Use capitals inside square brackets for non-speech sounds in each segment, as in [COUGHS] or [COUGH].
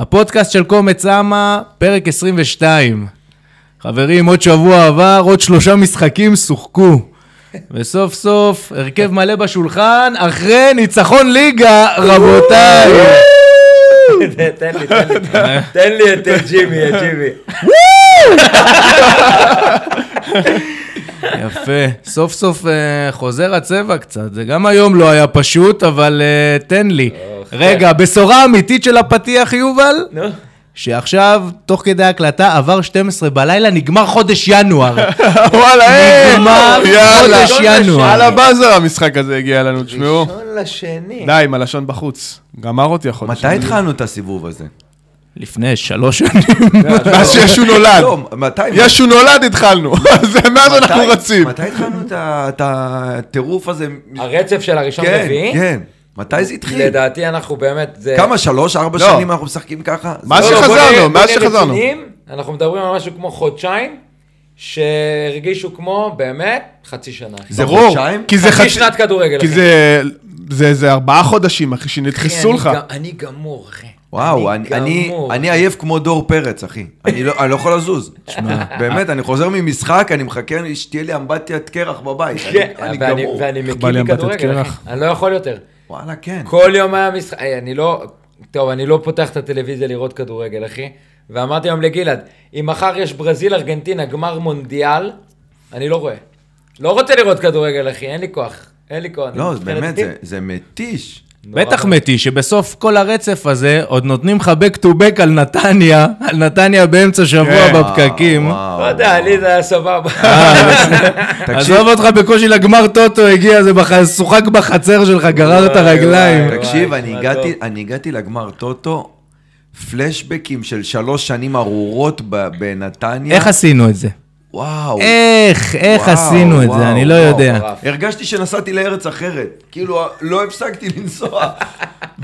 הפודקאסט של קומץ אמה, פרק 22. חברים, עוד שבוע עבר, עוד שלושה משחקים שוחקו. וסוף סוף, הרכב מלא בשולחן, אחרי ניצחון ליגה, רבותיי. תן לי, [LAUGHS] תן לי, תן לי את אה, ג'ימי, את ג'ימי. יפה. סוף סוף אה, חוזר הצבע קצת. זה גם היום לא היה פשוט, אבל אה, תן לי. אוקיי. רגע, בשורה אמיתית של הפתיח, יובל? נו, שעכשיו, תוך כדי ההקלטה, עבר 12 בלילה, נגמר חודש [LAUGHS] ינואר. וואלה, אה! נגמר יאללה. חודש ינואר. על הבאזר המשחק הזה הגיע לנו, תשמעו. ראשון לשני. די, עם הלשון בחוץ. גמר אותי החודש. מתי התחלנו את הסיבוב הזה? לפני שלוש שנים. מאז שישו נולד. לא, מתי? לא, ישו נולד התחלנו. [LAUGHS] זה מאז מתי- אנחנו רצים. מתי התחלנו את ה- את הטירוף הזה? הרצף של הראשון כן, רביעי? כן. מתי זה התחיל? לדעתי אנחנו באמת, זה... כמה, שלוש, ארבע לא. שנים אנחנו משחקים ככה? מה זה- לא, לא, בוא שחזרנו, נהיה- בוא מאז נהיה שחזרנו. רציניים, אנחנו מדברים על משהו כמו חודשיים, שהרגישו כמו, באמת, חצי שנה. אוקיי, זה ברור. חודשיים? כי זה חצי חצי... שנת כדורגל, כי אחי. זה... זה איזה ארבעה חודשים, אחי, שנדחסו אחי, לך. אני ג- אני גמור, אחי. וואו, אני- אני- גמור. אני עייף כמו דור פרץ, אחי. אני לא אני לא יכול לזוז. באמת, אני חוזר ממשחק, אני מחכה שתהיה לי אמבטיית קרח בבית. אני- כן, אני ואני- גמור. ואני בא לי מקים אמבטת מכדורגל, קרח. אחי. אני לא יכול יותר. וואלה, כן. כל יום היה משחק, היי, אני לא, טוב, אני לא פותח את הטלוויזיה לראות כדורגל, אחי. ואמרתי היום לגלעד, אם מחר יש ברזיל, ארגנטינה, גמר מונדיאל, אני לא רואה. לא רוצה לראות כדורגל, אחי, אין לי כוח. אין לי כוח. לא, אני זה באמת, מבחינתי- זה- זה מתיש. נורא בטח ואיום. מתי, שבסוף כל הרצף הזה עוד נותנים לך back to back על נתניה, על נתניה באמצע שבוע כן. בפקקים. וואו, לא יודע, וואו. לי זה היה סבבה. אה. [LAUGHS] תקשיב, עזוב אותך בקושי לגמר טוטו, הגיע, זה בח- שוחק בחצר שלך, גררת וואי, רגליים. וואי. תקשיב, אני מה הגעתי- טוב. אני הגעתי לגמר טוטו, פלשבקים של שלוש שנים ארורות ב- בנתניה. איך אה. עשינו את זה? וואו. איך, איך וואו, עשינו את זה? וואו, אני לא וואו, יודע. וואו. הרגשתי שנסעתי לארץ אחרת, כאילו לא הפסקתי לנסוע.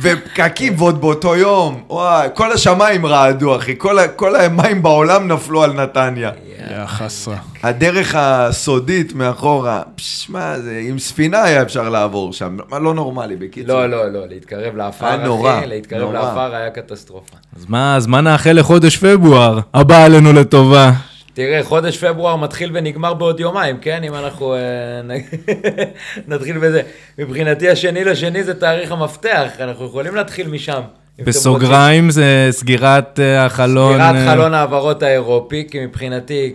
ופקקים ועוד באותו יום, וואי, כל השמיים רעדו אחי, כל, ה- כל המים בעולם נפלו על נתניה. יא חסרה. הדרך הסודית מאחורה, פש, מה זה, עם ספינה היה אפשר לעבור שם, מה לא נורמלי בקיצור. לא, לא, לא, להתקרב היה לעפר, נורא, אחי, להתקרב נורא. לעפר היה קטסטרופה. אז מה, אז מה נאחל לחודש פברואר? הבא עלינו לטובה. תראה, חודש פברואר מתחיל ונגמר בעוד יומיים, כן? אם אנחנו אה, נ- [LAUGHS] נתחיל בזה. מבחינתי, השני לשני זה תאריך המפתח, אנחנו יכולים להתחיל משם. אם אתם בסוגריים זה סגירת אה, החלון. רוצים. סגירת אה, חלון ההעברות האירופי, כי מבחינתי,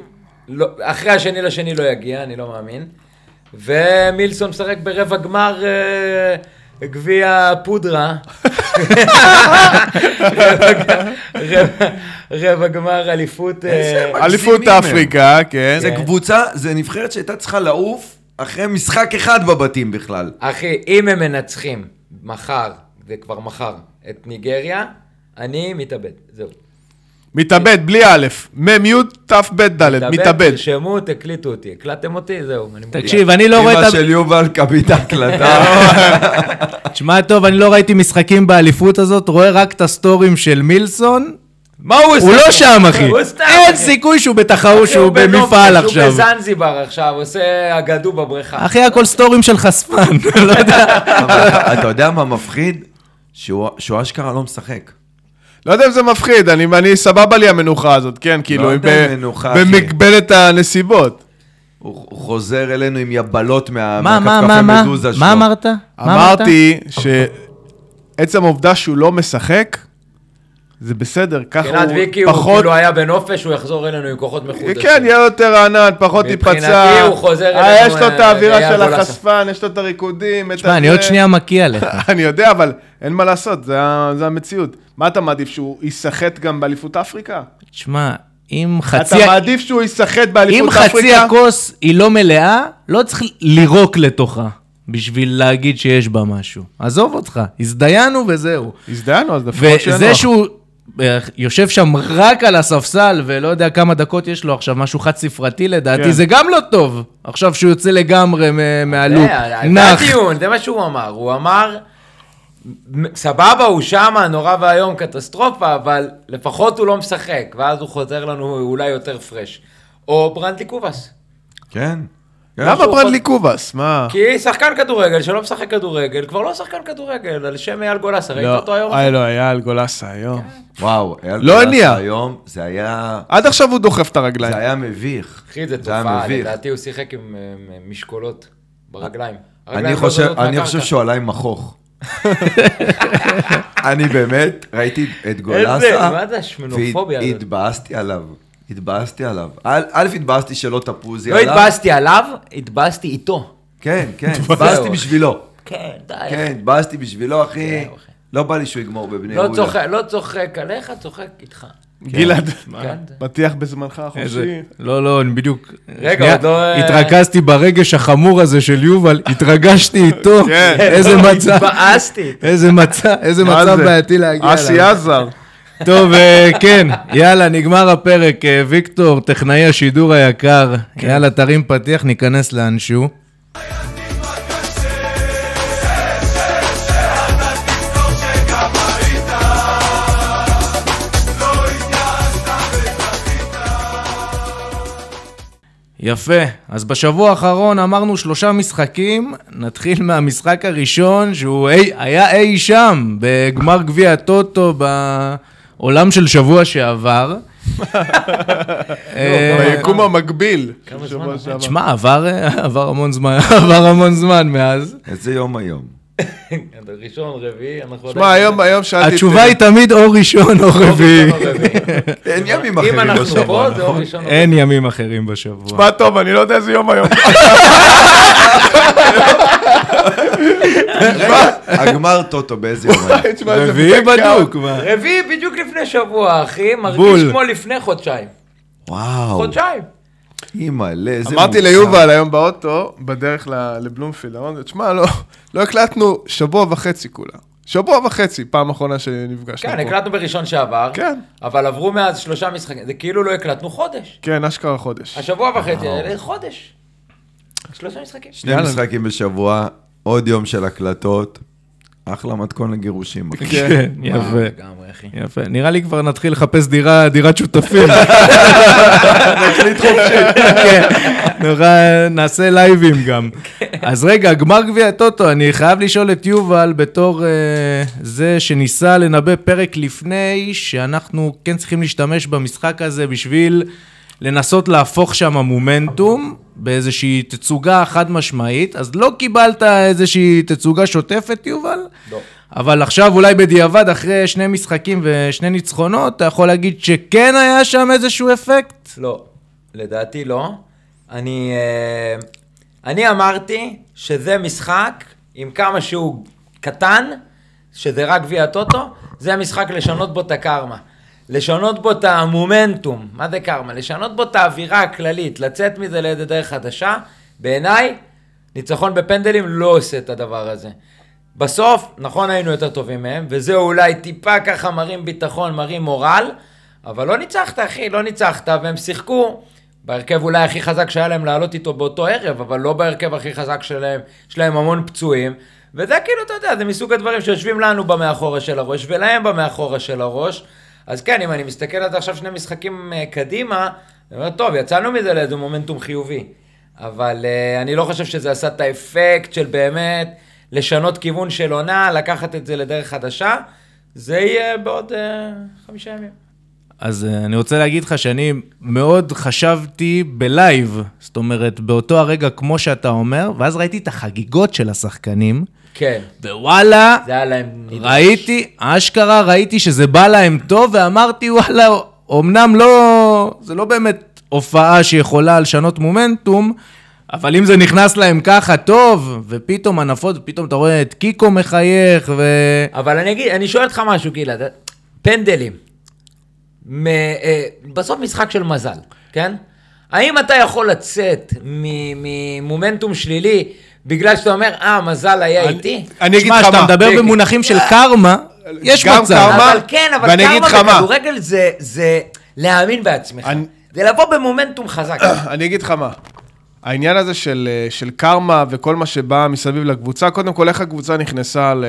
לא- אחרי השני לשני לא יגיע, אני לא מאמין. ומילסון משחק ברבע גמר אה, גביע [LAUGHS] פודרה. [LAUGHS] רבע ג- רבע- רבע גמר אליפות... אה, איזה מגזימים אליפות הם. אפריקה, כן. זה קבוצה, זה נבחרת שהייתה צריכה לעוף אחרי משחק אחד בבתים בכלל. אחי, אם הם מנצחים מחר, זה כבר מחר, את ניגריה, אני מתאבד, זהו. מתאבד, בלי א', מ', י', ת', ב', ד', מתאבד. תרשמו, תקליטו אותי. הקלטתם אותי, זהו. אני מוקלט. תקשיב, אני לא רואה אמא את ה... של יובל כבית הקלטה. [LAUGHS] תשמע טוב, אני לא ראיתי משחקים באליפות הזאת, רואה רק את הסטורים של מילסון. מה הוא עושה? הוא לא שם, אחי. הוא סתם, אין אחי. סיכוי שהוא בתחרות, אחי, שהוא בנופש, במפעל הוא עכשיו. בזנזיבר עכשיו, עושה אגדו בבריכה. אחי, הכל סטורים של חשפן, [LAUGHS] לא יודע. אבל אתה- אתה יודע מה מפחיד? שהוא שהוא אשכרה לא משחק. לא יודע אם זה מפחיד, אני, אני סבבה לי המנוחה הזאת, כן, כאילו, לא יודע ב- אם מנוחה, אחי. במגבלת הנסיבות. הוא הוא חוזר אלינו עם יבלות מה- מה, מה, מה, מה? מדוזה שלו. מה אמרת? מה אמרת? אמרתי שעצם העובדה שהוא לא משחק, זה בסדר, ככה מבחינת הוא כן, ויקי הוא פחות... כאילו היה בנופש, הוא יחזור אלינו עם כוחות מחודשים. כן, יהיה יותר רענן, פחות ייפצע. מבחינתי הוא חוזר אה, אלינו, יש לו את אה, האווירה אייל של גולסה. החשפן, יש לו את הריקודים, את תשמע, אני הזה. אה, עוד שנייה מקיע לך. [LAUGHS] אני יודע, אבל אין מה לעשות, זה ה- זה המציאות. מה אתה מעדיף, שהוא ייסחט גם באליפות אפריקה? תשמע, אם אתה חצי... מעדיף שהוא ייסחט אם באליפות חצי אפריקה? הכוס היא לא מלאה, לא צריך לירוק לתוכה בשביל להגיד שיש בה משהו. עזוב אותך, הזדיינו וזהו. הזדיינו, אז לפחות שיהיה וזה נוח. שהוא אה, יושב שם רק על הספסל ולא יודע כמה דקות יש לו עכשיו, משהו חד ספרתי לדעתי, כן. זה גם לא טוב. עכשיו שהוא יוצא לגמרי מ- מהלופ, אה, זה היה- נח. זה הדיון, זה מה שהוא אמר. הוא אמר, "מ- סבבה, הוא שמה, נורא ואיום, קטסטרופה, אבל לפחות הוא לא משחק, ואז הוא חוזר לנו אולי יותר פרש. או ברנדלי קובאס. כן. למה ברדלי קובאס? מה? כי שחקן כדורגל שלא משחק כדורגל, כבר לא שחקן כדורגל, על שם אייל גולסה, ראית אותו היום? כן. אה, לא, היה על גולסה היום. וואו, אייל לא גולסה הניע. היום, זה היה... עד עכשיו הוא דוחף את הרגליים. זה היה מביך. אחי, זה היה תופעה, מביך. לדעתי הוא שיחק עם אה, אה, משקולות ברגליים. אני הרגליים לא חושב, זזות אני מהקרקע. חושב שהוא עלה עם מכוך. אני באמת ראיתי את גולסה, איזה, מה זה השמנופוביה הזאת? והתבאסתי עליו. התבאסתי עליו. א', א', התבאסתי שלא תפוזי לא עליו. התבאסתי עליו, התבאסתי איתו. כן, כן, התבאסתי בשבילו. כן, די. כן, התבאסתי בשבילו, אחי. זהו, אחי. לא בא לי שהוא יגמור בבני כן, לא יהודה. צוחק- לא צוחק עליך, צוחק איתך. [LAUGHS] גלעד, כן. פתיח בזמנך החופשי. איזה- לא, לא, אני בדיוק... רגע, שנייה, עוד לא, אה, התרכזתי ברגש החמור הזה של יובל, התרגשתי איתו. [LAUGHS] כן. איזה מצב, התבאסתי. איזה מצב, איזה מה מצב זה? אה, בעייתי להגיע אליו. אסי עזר. טוב, אה, כן, יאללה, נגמר הפרק. אה, ויקטור, טכנאי השידור היקר, כן. יאללה, תרים פתיח, ניכנס לאנשהו. יפה, אז בשבוע האחרון אמרנו שלושה משחקים, נתחיל מהמשחק הראשון שהוא אי, היה אי שם בגמר גביע הטוטו בעולם של שבוע [LAUGHS] שעבר. אה, ביקום המקביל. כמה שבוע זמן? שעבר. תשמע, עבר, עבר המון זמן, [LAUGHS] עבר המון זמן מאז. איזה יום היום. ראשון, רביעי, אנחנו... שמע, היום- היום שאלתי... את- התשובה היא תמיד או ראשון או רביעי. אין ימים אחרים לא אם אנחנו פה, בשבוע. זה אור ראשון. אין ימים אחרים בשבוע. מה טוב, אני לא יודע איזה יום היום. רגע, הגמר טוטו [LAUGHS] באיזה יום היום. תשמע, איזה רביעי בדק בדוק, כאוס. מה? רביעי בדיוק לפני שבוע, אחי, מרגיש בול. כמו לפני חודשיים. וואו, חודשיים. כן, אימא'לה, איזה אמרתי מוזר. ליובל היום באוטו, בדרך ל- לבלומפילד, אמרתי, תשמע, לא- לא הקלטנו שבוע וחצי כולה. שבוע וחצי, פעם אחרונה שנפגשנו כן, פה. הקלטנו בראשון שעבר, כן. אבל עברו מאז שלושה משחקים, זה כאילו לא הקלטנו חודש. כן, אשכרה חודש. השבוע וחצי, האלה, חודש. שלושה משחקים. שני יאללה. משחקים בשבוע, עוד יום של הקלטות. אחלה מתכון לגירושים. אחי. כן, יפה. אה, לגמרי, אחי. יפה, נראה לי כבר נתחיל לחפש דירה, דירת שותפים. כן, נורא- נעשה לייבים גם. אז רגע, גמר גביע הטוטו, אני חייב לשאול את יובל, בתור אה, זה שניסה לנבא פרק לפני, שאנחנו כן צריכים להשתמש במשחק הזה בשביל לנסות להפוך שם מומנטום. באיזושהי תצוגה חד משמעית, אז לא קיבלת איזושהי תצוגה שוטפת, יובל? לא. אבל עכשיו אולי בדיעבד, אחרי שני משחקים ושני ניצחונות, אתה יכול להגיד שכן היה שם איזשהו אפקט? לא, לדעתי לא. אני, אה, אני אמרתי שזה משחק, עם כמה שהוא קטן, שזה רק גביע הטוטו, זה המשחק לשנות בו את הקרמה. לשנות בו את המומנטום, מה זה קרמה? לשנות בו את האווירה הכללית, לצאת מזה לאיזה דרך חדשה. בעיניי, ניצחון בפנדלים לא עושה את הדבר הזה. בסוף, נכון היינו יותר טובים מהם, וזה אולי טיפה ככה מרים ביטחון, מרים מורל, אבל לא ניצחת, אחי, לא ניצחת, והם שיחקו בהרכב אולי הכי חזק שהיה להם לעלות איתו באותו ערב, אבל לא בהרכב הכי חזק שלהם, יש להם המון פצועים, וזה כאילו, אתה יודע, זה מסוג הדברים שיושבים לנו במאחורה של הראש, ולהם במאחורה של הראש. אז כן, אם אני מסתכל על זה עכשיו שני משחקים אה, קדימה, אני אומר, טוב, יצאנו מזה לאיזה מומנטום חיובי. אבל uh, אני לא חושב שזה עשה את האפקט של באמת לשנות כיוון של עונה, לקחת את זה לדרך חדשה. זה יהיה בעוד uh, חמישה ימים. אז אה, אני רוצה להגיד לך שאני מאוד חשבתי בלייב, זאת אומרת, באותו הרגע כמו שאתה אומר, ואז ראיתי את החגיגות של השחקנים, כן, ווואלה, זה היה להם נדרש. ראיתי, אשכרה ראיתי שזה בא להם טוב, ואמרתי, וואלה, אמנם לא, זה לא באמת הופעה שיכולה לשנות מומנטום, אבל אם זה נכנס להם ככה טוב, ופתאום הנפות, פתאום אתה רואה את קיקו מחייך, ו... אבל אני אגיד, אני שואל אותך משהו, גלעד. פנדלים. מ, אה, בסוף משחק של מזל, כן? האם אתה יכול לצאת מ- ממומנטום שלילי בגלל שאתה אומר, אה, מזל היה איתי? אני אגיד תשמע, לך מה. כשאתה מדבר רגע. במונחים של קרמה, יש גם מצב. קרמה, אבל כן, אבל ואני אגיד קרמה לך מה. בכדורגל זה, זה להאמין בעצמך. אני- זה לבוא במומנטום חזק. [CLEARS THROAT] אני אגיד לך מה. העניין הזה של, אה, של קרמה וכל מה שבא מסביב לקבוצה, קודם כל, איך הקבוצה נכנסה ל,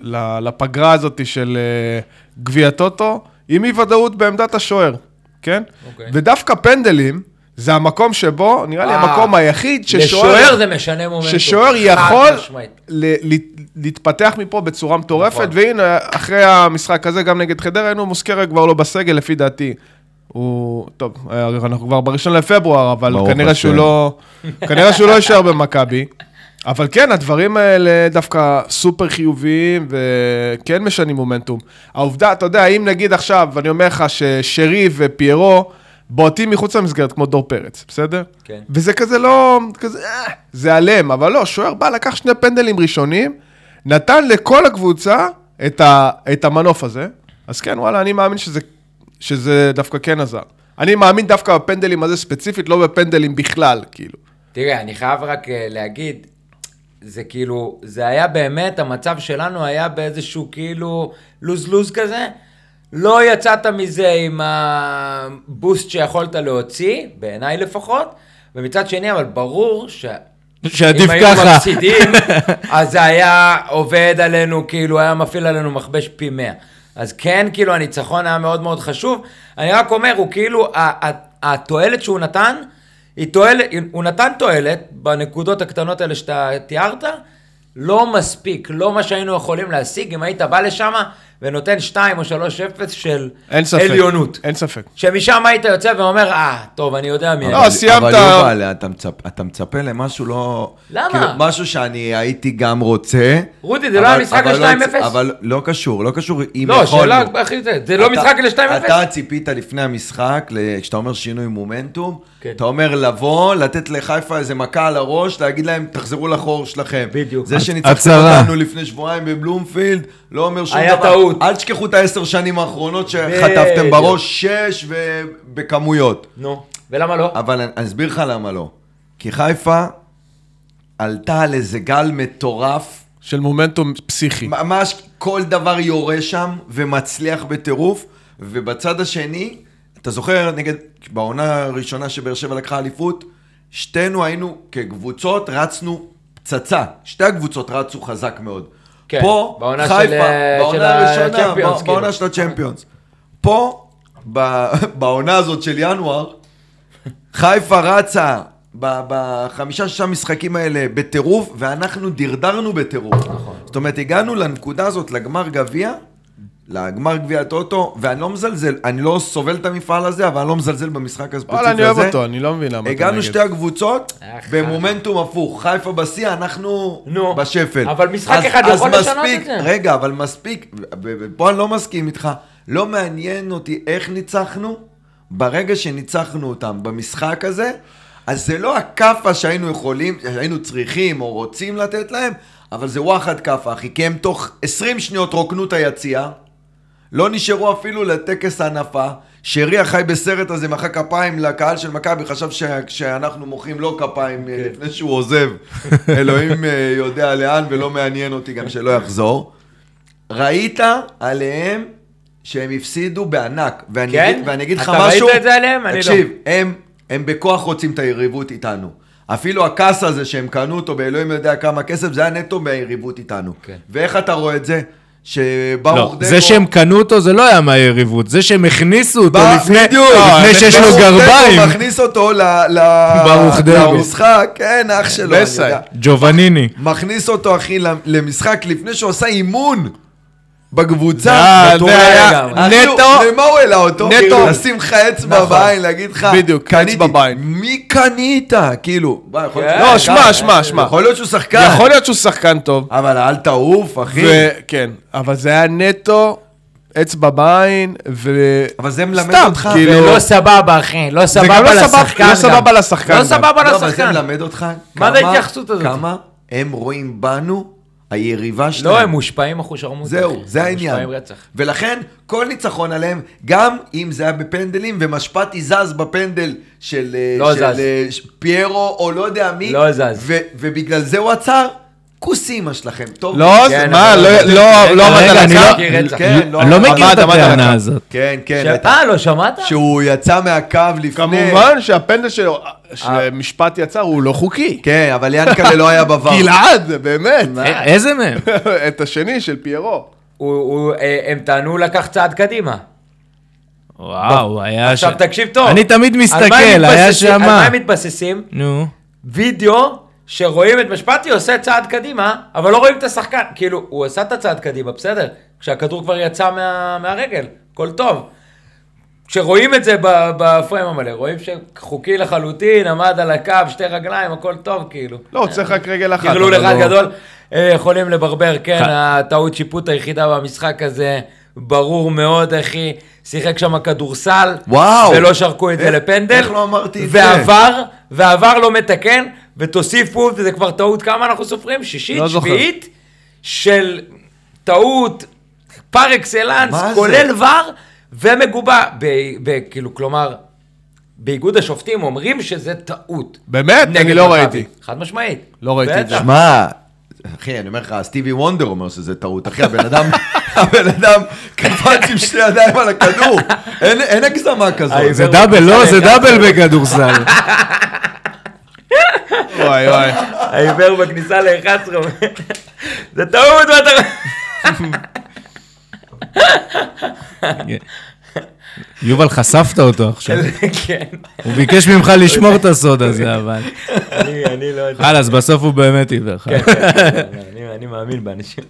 ל, לפגרה הזאת של אה, גביע טוטו? עם אי ודאות בעמדת השוער, כן? אוקיי. ודווקא פנדלים, זה המקום שבו, נראה לי אה, המקום היחיד לשוער [COUGHS] ששוער זה משנה מומנטום. ששוער חד יכול משמעית. ל- ל- להתפתח מפה בצורה מטורפת, נכון. והנה, אחרי המשחק הזה, גם נגד חדרה, היינו מוסקרה כבר לא בסגל, לפי דעתי. הוא, טוב, אנחנו כבר בראשון לפברואר, אבל ברוך כנראה שהוא השם. לא, כנראה שהוא לא יישאר במכבי. אבל כן, הדברים האלה דווקא סופר חיוביים, וכן משנים מומנטום. העובדה, אתה יודע, אם נגיד עכשיו, אני אומר לך ששרי ופיירו בועטים מחוץ למסגרת, כמו דור פרץ, בסדר? כן. וזה כזה לא, כזה, אה, זה עליהם, אבל לא, שוער בא, לקח שני פנדלים ראשונים, נתן לכל הקבוצה את, ה, את המנוף הזה, אז כן, וואלה, אני מאמין שזה, שזה דווקא כן עזר. אני מאמין דווקא בפנדלים הזה ספציפית, לא בפנדלים בכלל, כאילו. תראה, אני חייב רק אה, להגיד, זה כאילו, זה היה באמת, המצב שלנו היה באיזשהו כאילו לוז-לוז כזה. לא יצאת מזה עם הבוסט שיכולת להוציא, בעיניי לפחות, ומצד שני, אבל ברור ש... שעדיף אם ככה. היינו מפסידים, אז זה היה עובד עלינו, כאילו, היה מפעיל עלינו מכבש פי מאה. אז כן, כאילו, הניצחון היה מאוד מאוד חשוב. אני רק אומר, הוא כאילו, ה- ה- התועלת שהוא נתן, היא תועלת, הוא נתן תועלת בנקודות הקטנות האלה שאתה תיארת, לא מספיק, לא מה שהיינו יכולים להשיג אם היית בא לשם ונותן 2 או 3-0 של אין ספק. עליונות. אין ספק. שמשם היית יוצא ואומר, אה, טוב, אני יודע מי... לא, אני." אז סיימת. אבל יובל, אתה מצפ- אתה מצפה למשהו לא... למה? כאילו, משהו שאני הייתי גם רוצה. רודי, זה לא היה אבל- משחק אבל לא הצ- ל-2-0? אבל לא קשור, לא קשור אם לא, יכולנו. שאלה הכי זה, זה לא אתה- משחק ל-2-0? אתה ציפית לפני המשחק, ל- כשאתה אומר שינוי מומנטום, כן. אתה אומר לבוא, לתת לחיפה איזה מכה על הראש, להגיד להם, תחזרו לחור שלכם. בדיוק. זה שניצחתם הצהרה. אותנו לפני שבועיים בבלומפילד, לא אומר שום דבר. היה טעות. אל תשכחו את העשר שנים האחרונות שחטפתם בדיוק. בראש, שש ובכמויות. נו, ולמה לא? אבל אני אני אסביר לך למה לא. כי חיפה עלתה על איזה גל מטורף, של מומנטום פסיכי. ממש כל דבר יורה שם ומצליח בטירוף, ובצד השני, אתה זוכר נגד, בעונה הראשונה שבאר שבע לקחה אליפות, שתינו היינו כקבוצות, רצנו פצצה. שתי הקבוצות רצו חזק מאוד. כן, פה, בעונה חיפה, של, אה, של בעונה הראשונה, ה-Champions, בע- כאילו. בעונה של הצ'מפיונס. פה, ב- [LAUGHS] בעונה הזאת של ינואר, חיפה רצה ב- בחמישה-שישה משחקים האלה בטירוף, ואנחנו דרדרנו בטירוף. נכון. זאת אומרת, הגענו לנקודה הזאת, לגמר גביע, לגמר גביע הטוטו, ואני לא מזלזל, אני לא סובל את המפעל הזה, אבל אני לא מזלזל במשחק הספציפי הזה. וואלה, אני אוהב אותו, אני לא מבין למה אתה נגד. הגענו שתי הקבוצות אך, במומנטום הפוך, חיפה בשיא, אנחנו אה, נו, בשפל. אבל משחק אז- אחד אז יכול לשנות מספיק- את זה. רגע, אבל מספיק, ופה אני לא מסכים איתך, לא מעניין אותי איך ניצחנו, ברגע שניצחנו אותם במשחק הזה, אז זה לא הכאפה שהיינו יכולים, שהיינו צריכים או רוצים לתת להם, אבל זה וואחד כאפה, אחי, כי הם תוך 20 שניות רוקנו את היציאה, לא נשארו אפילו לטקס הנפה. שרי החי בסרט הזה מחא כפיים לקהל של מכבי, חשב ש... שאנחנו מוחאים לו כפיים כן. okay. לפני שהוא [LAUGHS] עוזב. אלוהים אה, יודע לאן ולא מעניין אותי גם שלא יחזור. ראית עליהם שהם הפסידו בענק. ואני כן? אגיד, ואני אגיד לך אתה ראית משהו... את זה עליהם? אני לא. תקשיב, הם, הם בכוח רוצים את היריבות איתנו. אפילו הכעס הזה שהם קנו אותו באלוהים יודע כמה כסף, זה היה נטו מהיריבות איתנו. כן. ואיך אתה רואה את זה? לא, שברוך דגו... זה שהם קנו אותו זה לא היה מהיריבות, זה שהם הכניסו אותו בא- לפני בדיוק. אה, לפני שיש לו ברוך גרביים. דגו מכניס אותו ל- ל- ברוך דגו. למשחק, כן, אח שלו, אני בסייד. יודע. ג'ובניני. מכניס אותו, אחי, למשחק לפני שהוא עשה אימון בקבוצה. אה, מטורף. זה היה אחי, נטו- הוא- למה הוא העלה אותו? נטו. כאילו, לשים לך אצבע נכון. בעין, להגיד לך, בדיוק, קניתי. אצבע בעין. מי קנית? כאילו, וואי, יכול להיות כן. שהוא לא, שמע, שחקן. שמע, שמע. יכול להיות שהוא שחקן, יכול להיות שהוא שחקן טוב, אבל אל תעוף, אחי. ו- כן, אבל זה היה נטו, אצבע בעין, ו... אבל זה מלמד סתם, אותך, כאילו, לא סבבה, אחי, לא גם סבבה לא סבבה- לשחקן. לא סבבה גם. לשחקן לא גם. סבבה לא, אבל זה לשחקן. מלמד אותך מה זה כמה- ההתייחסות הזאת? כמה הם רואים בנו היריבה שלהם. לא, הם מושפעים אחושרמוט. זהו, אחי. זה הם העניין. מושפעים רצח. ולכן, כל ניצחון עליהם, גם אם זה היה בפנדלים, ומשפטי זז בפנדל של, אה, לא של זז. אה, ש- פיירו או לא יודע מי, לא זז. ו- ובגלל זה הוא עצר, כוס אימא שלכם, טוב. לא, כן, מה, אבל- לא- רגע, לא לא עמד רגע, על אני הקו? לא- רצח. כן, אני לא מכיר עמד, את עמד על הטענה הקו. הזאת. כן, כן, ש- בטח. אה, לא שמעת? שהוא יצא מהקו לפני. כמובן שהפנדל שלו, שמשפט יצר, הוא לא חוקי. כן, אבל ינקלה לא היה בבר. גלעד, באמת. [LAUGHS] א- איזה מהם? את השני של פיירו. הוא- הוא- אה, הם טענו לקח צעד קדימה. וואו, היה עכשיו תקשיב טוב. אני תמיד על מסתכל, מה הם היה מתבססים- על מה שמה. הם מתבססים? נו. וידאו שרואים את משפטי עושה צעד קדימה, אבל לא רואים את השחקן. כאילו, הוא עשה את הצעד קדימה, בסדר. כשהכדור כבר יצא מה, מהרגל, הכל טוב. כשרואים את זה ב- בפריים המלא, רואים שחוקי לחלוטין, עמד על הקו, שתי רגליים, הכל טוב, כאילו. לא, הוא צריך רק רגל אחת. טרלול אבל אחד לא- גדול, אה, יכולים לברבר, כן, ח- הטעות שיפוט היחידה במשחק הזה, ברור מאוד, אחי, שיחק שם כדורסל, וואו. ולא שרקו את זה איך- לפנדל, איך לא אמרתי את זה? ועבר, ועבר לא מתקן, ותוסיפו, וזה כבר טעות, כמה אנחנו סופרים? שישית, לא זוכר. שביעית, של טעות פר אקסלנס, מה זה? כולל ור, ומגובה, ב- ב- כאילו, כלומר, באיגוד השופטים אומרים שזה טעות. באמת? אני נגד לא מכבי. ראיתי. חד משמעית. לא ראיתי את בטח. זה. שמע, אחי, אני אומר לך, סטיבי וונדר אומר שזה טעות. אחי, הבן אדם, [LAUGHS] הבן אדם קפץ עם שתי ידיים על הכדור. אין- אין הגזמה כזאת. אה, זה דאבל, לא? זה דאבל בכדורסל. וואי וואי. העיוור בכניסה ל-11. זה טעות ואתה... יובל, חשפת אותו עכשיו. [LAUGHS] כן, הוא ביקש ממך לשמור את הסוד אוקיי. הזה, אבל... אני- אני לא [LAUGHS] יודע. חלאס, בסוף הוא באמת עיוור לך. כן, כן, כן, אני- אני מאמין באנשים.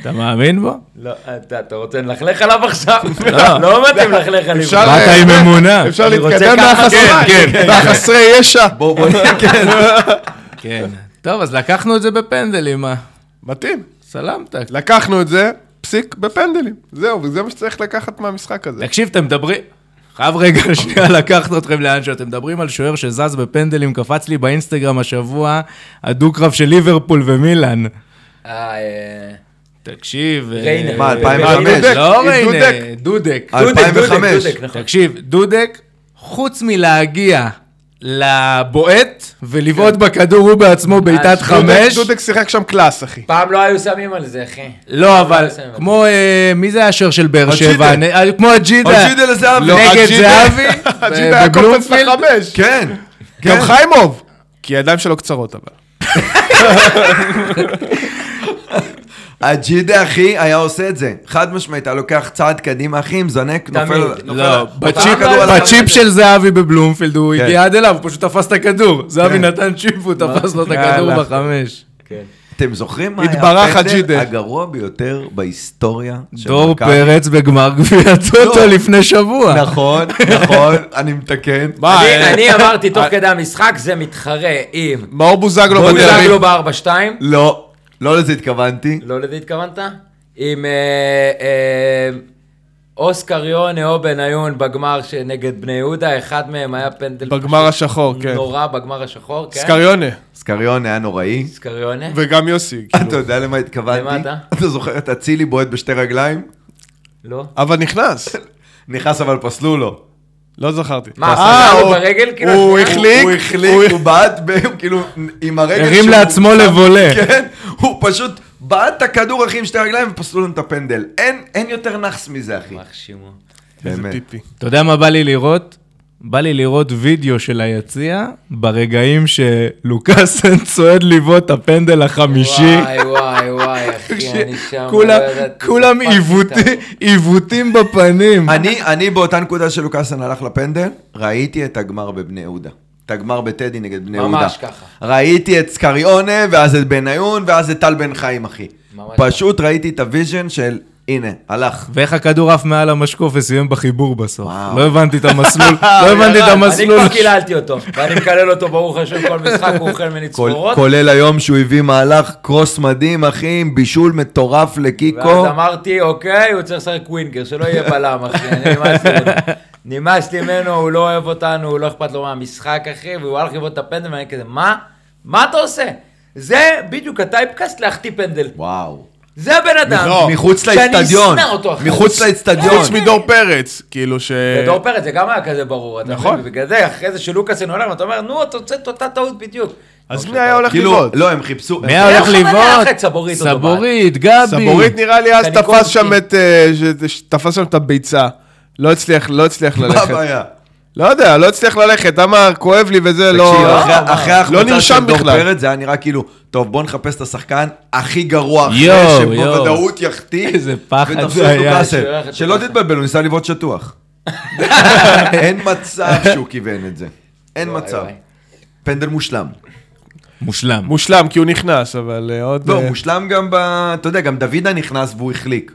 אתה מאמין בו? לא, אתה אתה רוצה ללכלך עליו [LAUGHS] עכשיו? לא. לא מתאים ללכלך עליו. אה, אפשר- באת עם אמונה. אפשר אני רוצה להתקדם כמה- מהחסרי- כן, כן. מהחסרי ישע. בוא, בוא, כן. כן. טוב, אז לקחנו את זה בפנדלים, מה? מתאים. סלמת. לקחנו את זה, פסיק, בפנדלים. זהו, וזה מה שצריך לקחת מהמשחק הזה. תקשיב, אתם מדברים... חייב רגע [LAUGHS] שנייה לקחת אתכם לאן שאתם מדברים על שוער שזז בפנדלים, קפץ לי באינסטגרם השבוע הדו-קרב של ליברפול ומילאן. אה, אה, תקשיב... אה, ריינר. מה, 2005? דודק, לא אה, ריינר, דודק. דודק. אה, דודק, דודק, 2005. דודק, נכון. תקשיב, דודק, חוץ מלהגיע לבועט כן. ולבעוט בכדור הוא בעצמו בעיטת אה, דודק, חמש, דודק שיחק שם קלאס, אחי. פעם לא היו שמים על זה, אחי. לא, אבל בסדר. כמו, אה, מי זה השוער של באר שבע? אג'ידה. נ- אה, כמו אג'ידה. אג'ידה לזהבי. לא, נגד אג'ידה. זהבי, הג'ידה ב- היה קופץ בבלומפילד. לחמש. כן. גם חיימוב. כי הידיים שלו קצרות אבל. הג'ידה, אחי, היה עושה את זה. חד משמעית, היה לוקח צעד קדימה, אחי, מזנק, נופל... תמיד. נופל- לא, נופל בצ'יפ- הכדור על החלק. בצ'יפ של זהבי בבלומפילד הוא כן. הגיע עד אליו, הוא פשוט תפס את הכדור. זהבי נתן צ'יפ, הוא תפס לו את הכדור יאללה. בחמש. כן. אתם זוכרים מה היה התברך הפנדל הג'ידה. הגרוע ביותר בהיסטוריה של דור מכבי? פרץ בגמר גביע לא. טוטו לפני שבוע. נכון, נכון, אני מתקן. מה, אני- אה, לא, אני אמרתי תוך כדי המשחק, זה מתחרה עם... מאור בוזגלו בוזגלו בתל אביב. ב-4-2. לא, לא לזה התכוונתי. לא לזה התכוונת? עם אה, אה, אוסקר יונה או בניון בגמר נגד בני יהודה, אחד מהם היה פנדל בגמר השחור, כן. נורא בגמר השחור, כן? סקריונה. סקריון היה נוראי. אוסקר יונה? וגם [LAUGHS] יוסי. אתה כאילו. יודע למה התכוונתי? למה אתה? אתה זוכר את אצילי בועט בשתי רגליים? לא. אבל נכנס. נכנס אבל פסלו לו. לא זכרתי. מה, אה, סגרנו הוא- ברגל, כאילו, הוא השנייה? החליק. הוא החליק, הוא בעט, ב- [LAUGHS] כאילו, עם הרגל הרים שהוא- לעצמו לבולה. כן, הוא פשוט בעט את הכדור, אחי, עם שתי רגליים ופסלו לנו את הפנדל. אין- אין יותר נאחס מזה, אחי. יימח שמו. איזה באמת. פיפי. אתה יודע מה בא לי לראות? בא לי לראות וידאו של היציע ברגעים [LAUGHS] שלוקאסן צועד לבעוט את הפנדל החמישי. [LAUGHS] וואי, וואי, וואי, אחי, אני שם. כולם- לא ידעתי, כולם דפקתי עיוותים- אותם. עיוותים בפנים. אני, אני באותה נקודה שלוקאסן הלך לפנדל, ראיתי את הגמר בבני יהודה. את הגמר בטדי נגד בני יהודה. ממש ככה. ראיתי את סקריונה, ואז את בניון, ואז את טל בן חיים, אחי. ממש פשוט ראיתי את הוויז'ן של, הנה, הלך. ואיך הכדור עף מעל המשקוף וסיים בחיבור בסוף. וואו. לא הבנתי את [LAUGHS] המסלול, לא הבנתי את אה, אני המסלול. כבר כאילו- קיללתי אותו, ואני מקלל אותו, ברוך השם, כל משחק הוא אוכל ממני כל, צפורות. כולל היום שהוא הביא מהלך קרוס מדהים, אחי, עם בישול מטורף לקיקו. ואז אמרתי, אוקיי, הוא צריך לשחק ווינגר, שלא יהיה בלם, אחי, אני נמאס לי ממנו. נמאס לי ממנו, הוא לא אוהב אותנו, הוא לא אכפת לו מהמשחק, אחי, והוא הלך לבעוט את הפנדל, ואני כזה, מה? מה אתה עושה? זה בדיוק הטייפקאסט להחטיא פנדל. וואו. זה הבן אדם. לא, מחוץ לאצטדיון. שאני אשנא אותו כן. אחרי מחוץ לאצטדיון. חוץ מדור פרץ, כאילו ש... ודור פרץ זה גם היה כזה ברור, אתה נכון. מבין? בגלל זה, אחרי זה שלוקאסן הולך, ואתה אומר, נו, אתה רוצה את אותה טעות בדיוק. אוקיי, אז מי היה הולך כאילו, לבעוט? לא, הם חיפשו. מי היה הולך איך הוא מנח לבעוט? את סבורית אותו סבורית, לא גבי. סבורית נראה לי אז קניקובסקי. תפס שם את... אה, ש- ש- תפס שם את הביצה. לא הצליח, לא הצליח מה ללכת. הבעיה? לא יודע, לא הצליח ללכת, אמר, כואב לי וזה, לא... תקשיב, לא, אחרי- לא, אחרי לא ההחמצה של נרשם דור בכלל. פרץ, זה היה נראה כאילו, טוב, בוא נחפש את השחקן הכי גרוע אחרי, יואו, יואו. שבוודאות יחטיא. איזה פחד ותפסו זה את היה. לוקאסן. שולח את שלא לוקאסן. [LAUGHS] תתבלבל, הוא ניסה לבעוט שטוח. אין מצב שהוא כיוון את זה. אין וואי, מצב. וואי. פנדל מושלם. מושלם. מושלם, כי הוא נכנס, אבל אה, עוד... לא, אה, מושלם גם ב... אתה יודע, גם דוידה נכנס והוא החליק.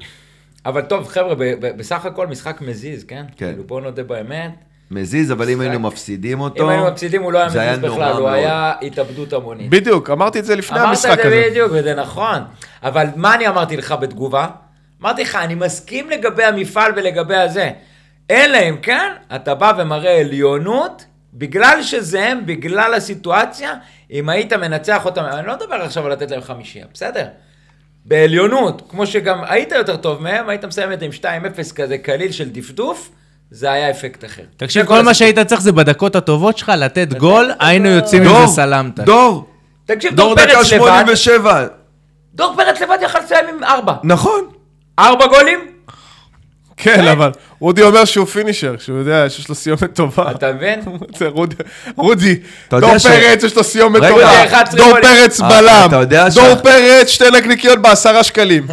אבל טוב, חבר'ה, ב- ב- בסך הכל משחק מזיז, כן? כן. כאילו, בואו נודה באמת. מזיז, אבל אם משחק. היינו מפסידים אותו... אם היינו מפסידים, הוא לא היה זה מזיז נורא בכלל, הוא מאוד. היה התאבדות המונית. בדיוק, אמרתי את זה לפני אמרת את המשחק הזה. זה בדיוק, וזה נכון. אבל מה אני אמרתי לך בתגובה? אמרתי לך, אני מסכים לגבי המפעל ולגבי הזה. אלא אם כן, אתה בא ומראה עליונות, בגלל שזה הם, בגלל הסיטואציה, אם היית מנצח אותם, אני לא מדבר עכשיו על לתת להם חמישייה, בסדר? בעליונות, כמו שגם היית יותר טוב מהם, היית מסיים את זה עם 2-0 כזה קליל של דפדוף, זה היה אפקט אחר. תקשיב, זה כל מה הסיפור. שהיית צריך זה בדקות הטובות שלך לתת גול, היינו יוצאים עם דור, זה סלמת. דור, תקשיב, דור דור דקה לא פרץ לבד, 87. דור פרץ לבד יכל לסיים עם 4. נכון. 4 גולים? [LAUGHS] כן, אבל רודי אומר שהוא פינישר, שהוא יודע שיש לו סיומת טובה. אתה מבין? זה רודי, רודי, יודע דור ש- פרץ יש לו סיומת רגע, טובה, אחד עשרה דור גולים. פרץ אה, בלם, אתה יודע ש- דור פרץ שתי נקניקיות בעשרה שקלים.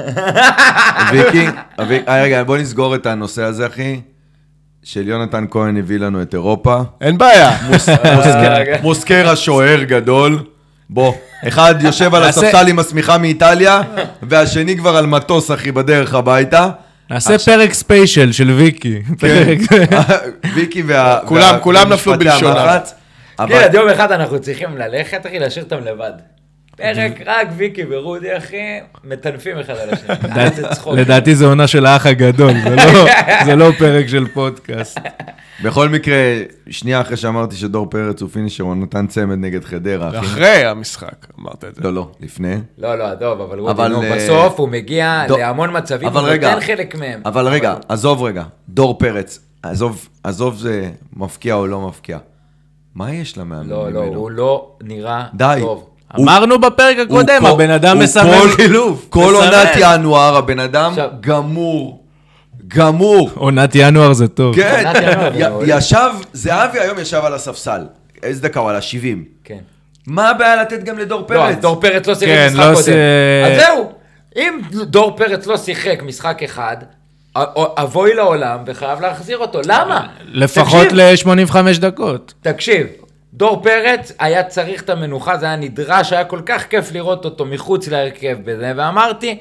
ויקי, אבי- אה, רגע, בוא נסגור את הנושא הזה, אחי, של יונתן כהן הביא לנו את אירופה. אין בעיה. אה, רגע. מוסקרה שוער גדול. בוא, אחד יושב על הספסל עם השמיכה מאיטליה, והשני כבר על מטוס, אחי, בדרך הביתה. נעשה פרק ספיישל של ויקי. פרק- כן. [LAUGHS] אה, ויקי וה... כן. כולם- וה- כולם נפלו ומשפטי בלשונם. המחץ. אבל- כן, עד יום אחד אנחנו צריכים ללכת, אחי, להשאיר אותם לבד. פרק [LAUGHS] רק ויקי ורודי, אחי, מטנפים אחד על השני. אה, זה צחוק. לדעתי זו עונה של האח הגדול, זה לא- זה לא פרק של פודקאסט. כן. בכל מקרה, שנייה אחרי שאמרתי שדור פרץ הוא פינישר, הוא נתן צמד נגד חדרה, אחי. אחרי המשחק, אמרת את זה. לא, לא, לפני. לא, לא, עזוב, אבל רודי, אבל, נו, אה, בסוף הוא מגיע דו- להמון מצבים, הוא אבל רגע, נותן חלק מהם. אבל רגע, עזוב רגע, דור פרץ, עזוב, עזוב זה מפקיע או לא מפקיע. מה יש למאמן לא, לא, ממנו? הוא לא נראה די. טוב. הוא- אמרנו בפרק הוא הקודם, כל- הבן אדם הוא מסמן כל- חילוף. כל מסמן. עונת ינואר הבן אדם עכשיו- גמור, גמור. עונת ינואר זה טוב. כן, עונת ינואר זה י- מעולה. ישב, זהבי היום ישב על הספסל. איזה דקה הוא על ה-70. כן. מה הבעיה לתת גם לדור לא, פרץ? אז דור פרץ לא שיחק כן, משחק לא קודם. ש- אז זהו, אם דור פרץ לא שיחק משחק אחד, א- א- אבוי לעולם וחייב להחזיר אותו. למה? לפחות תקשיב, ל-85 דקות. תקשיב, דור פרץ היה צריך את המנוחה, זה היה נדרש, היה כל כך כיף לראות אותו מחוץ להרכב בזה, ואמרתי,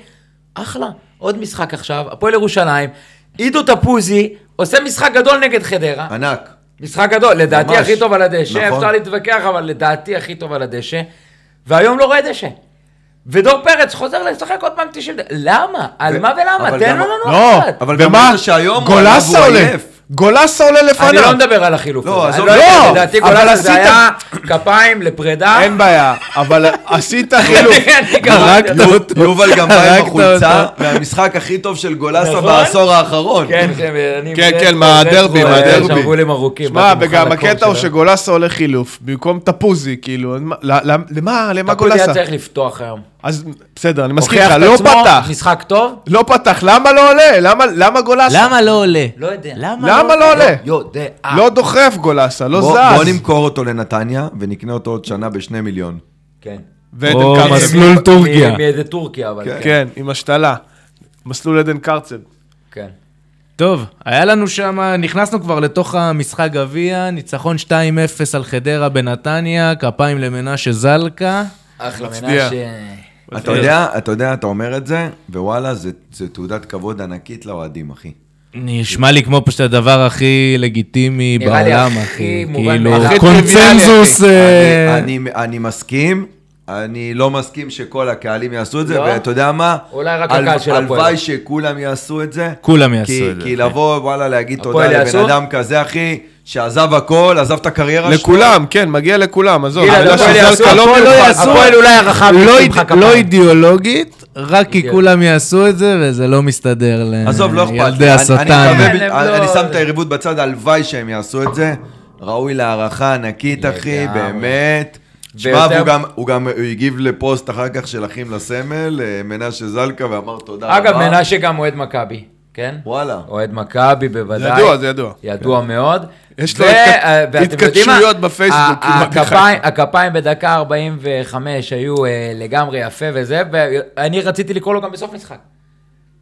אחלה, עוד משחק עכשיו, הפועל ירושלים, עידו תפוזי, עושה משחק גדול נגד חדרה. ענק. משחק גדול, לדעתי ממש. הכי טוב על הדשא, נכון. אפשר להתווכח, אבל לדעתי הכי טוב על הדשא, והיום לא רואה דשא. ודור פרץ חוזר לשחק עוד פעם 90 דקות, למה? על ו- מה ולמה? אבל תן גם- לו לנו לא, אחת. אבל גם ומה? ראית שהיום הוא עליו, גולסה הוא עולה, עייף. גולסה עולה אני לא לפניו. מדבר על החילוף. לא, הזה. עזוב, אני לא, לדעתי אבל גולסה זה עשית- היה כפיים לפרידה. אין בעיה, אבל עשית חילוף. אה? [LAUGHS] אני גם- הרגת לא, יוב- אותו. יובל גם בא הרגת עם החולצה, אותו. והמשחק הכי טוב של גולסה נכון? בעשור האחרון. כן, כן, אני... כן, זה- כן, מהדרבי, זה- מהדרבי. שרוולים ארוכים. שמע, באתי מוכן וגם לקור הקטע הוא שלהם. שגולסה עולה חילוף, במקום תפוזי, כאילו, אז מה- ל- ל- למה למה הפועל היה גולסה? צריך לפתוח היום. אז בסדר, אני מסכים הוכיח איתך, את לא עצמו, פתח, משחק טוב? לא פתח, למה לא עולה? למה- למה גולסה? למה לא עולה? לא יודע. למה לא עולה? יודע. לא דוחף גולסה, לא בוא בוא זז. נמכור אותו לנתניה, ונקנה אותו עוד שנה בשני מיליון. כן. ועדן או, קרצב. מסלול מ- טורקיה. מ- מאיזה טורקיה, אבל כן. כן, עם השתלה. מסלול עדן קרצב. כן. טוב, היה לנו שם, נכנסנו כבר לתוך המשחק גביע, ניצחון 2-0 על חדרה בנתניה, כפיים למנשה זלקה. אחלה מצדיע. מנשה. אוקיי. אתה יודע, אתה יודע, אתה אומר את זה, ווואלה, זה- זה תעודת כבוד ענקית לאוהדים, אחי. נשמע לי כמו פשוט הדבר הכי לגיטימי נראה לי בעולם, הכי אחי. מובן כאילו, מאליו. הכי קונצנזוס... טריוויאלי, אה, אני- אני- אני מסכים, אני לא מסכים שכל הקהלים יעשו את זה, לא? ואתה יודע מה? אולי רק הל- הקהל של הפועל. הלוואי שכולם יעשו את זה. כולם יעשו כי- את זה, כן. כי אחי. לבוא, וואלה, להגיד הפועל תודה לבן יעשו? אדם כזה, אחי, שעזב הכל, עזב את הקריירה שלו. לכולם, כן, מגיע לכולם, עזוב. גילה, אתה יודע הפועל שזלקה יעשו, לא הפועל לא מיוחד. יעשו. הפועל אולי הרחב לא יפתח איד- לך לא כפיים. אידיאולוגית, רק כי אידיאולוגית. כולם יעשו את זה, וזה לא מסתדר עזוב, לא אכפת. לילדי אני- השטן. אני, מקווה- כן, הם לא- אני שם את היריבות בצד, הלוואי שהם יעשו את זה. ראוי להערכה ענקית, אחי, לגמרי. באמת. תשמע, ויותר- והוא גם, הוא גם אה, הגיב לפוסט אחר כך של אחים לסמל, אה, מנשה זלקה, ואמר תודה רבה. אגב, אה, מנשה גם אוהד מכבי. כן? וואלה. אוהד מכבי זה בוודאי. ידוע, זה ידוע. ידוע מאוד. יש לו ו- התכת- אה, ואתם יודעים מה? התכתשויות בפייסבוק ה- עם הכפיים- הכפיים בדקה 45 היו אה, לגמרי יפה וזה, ואני רציתי לקרוא לו גם בסוף משחק.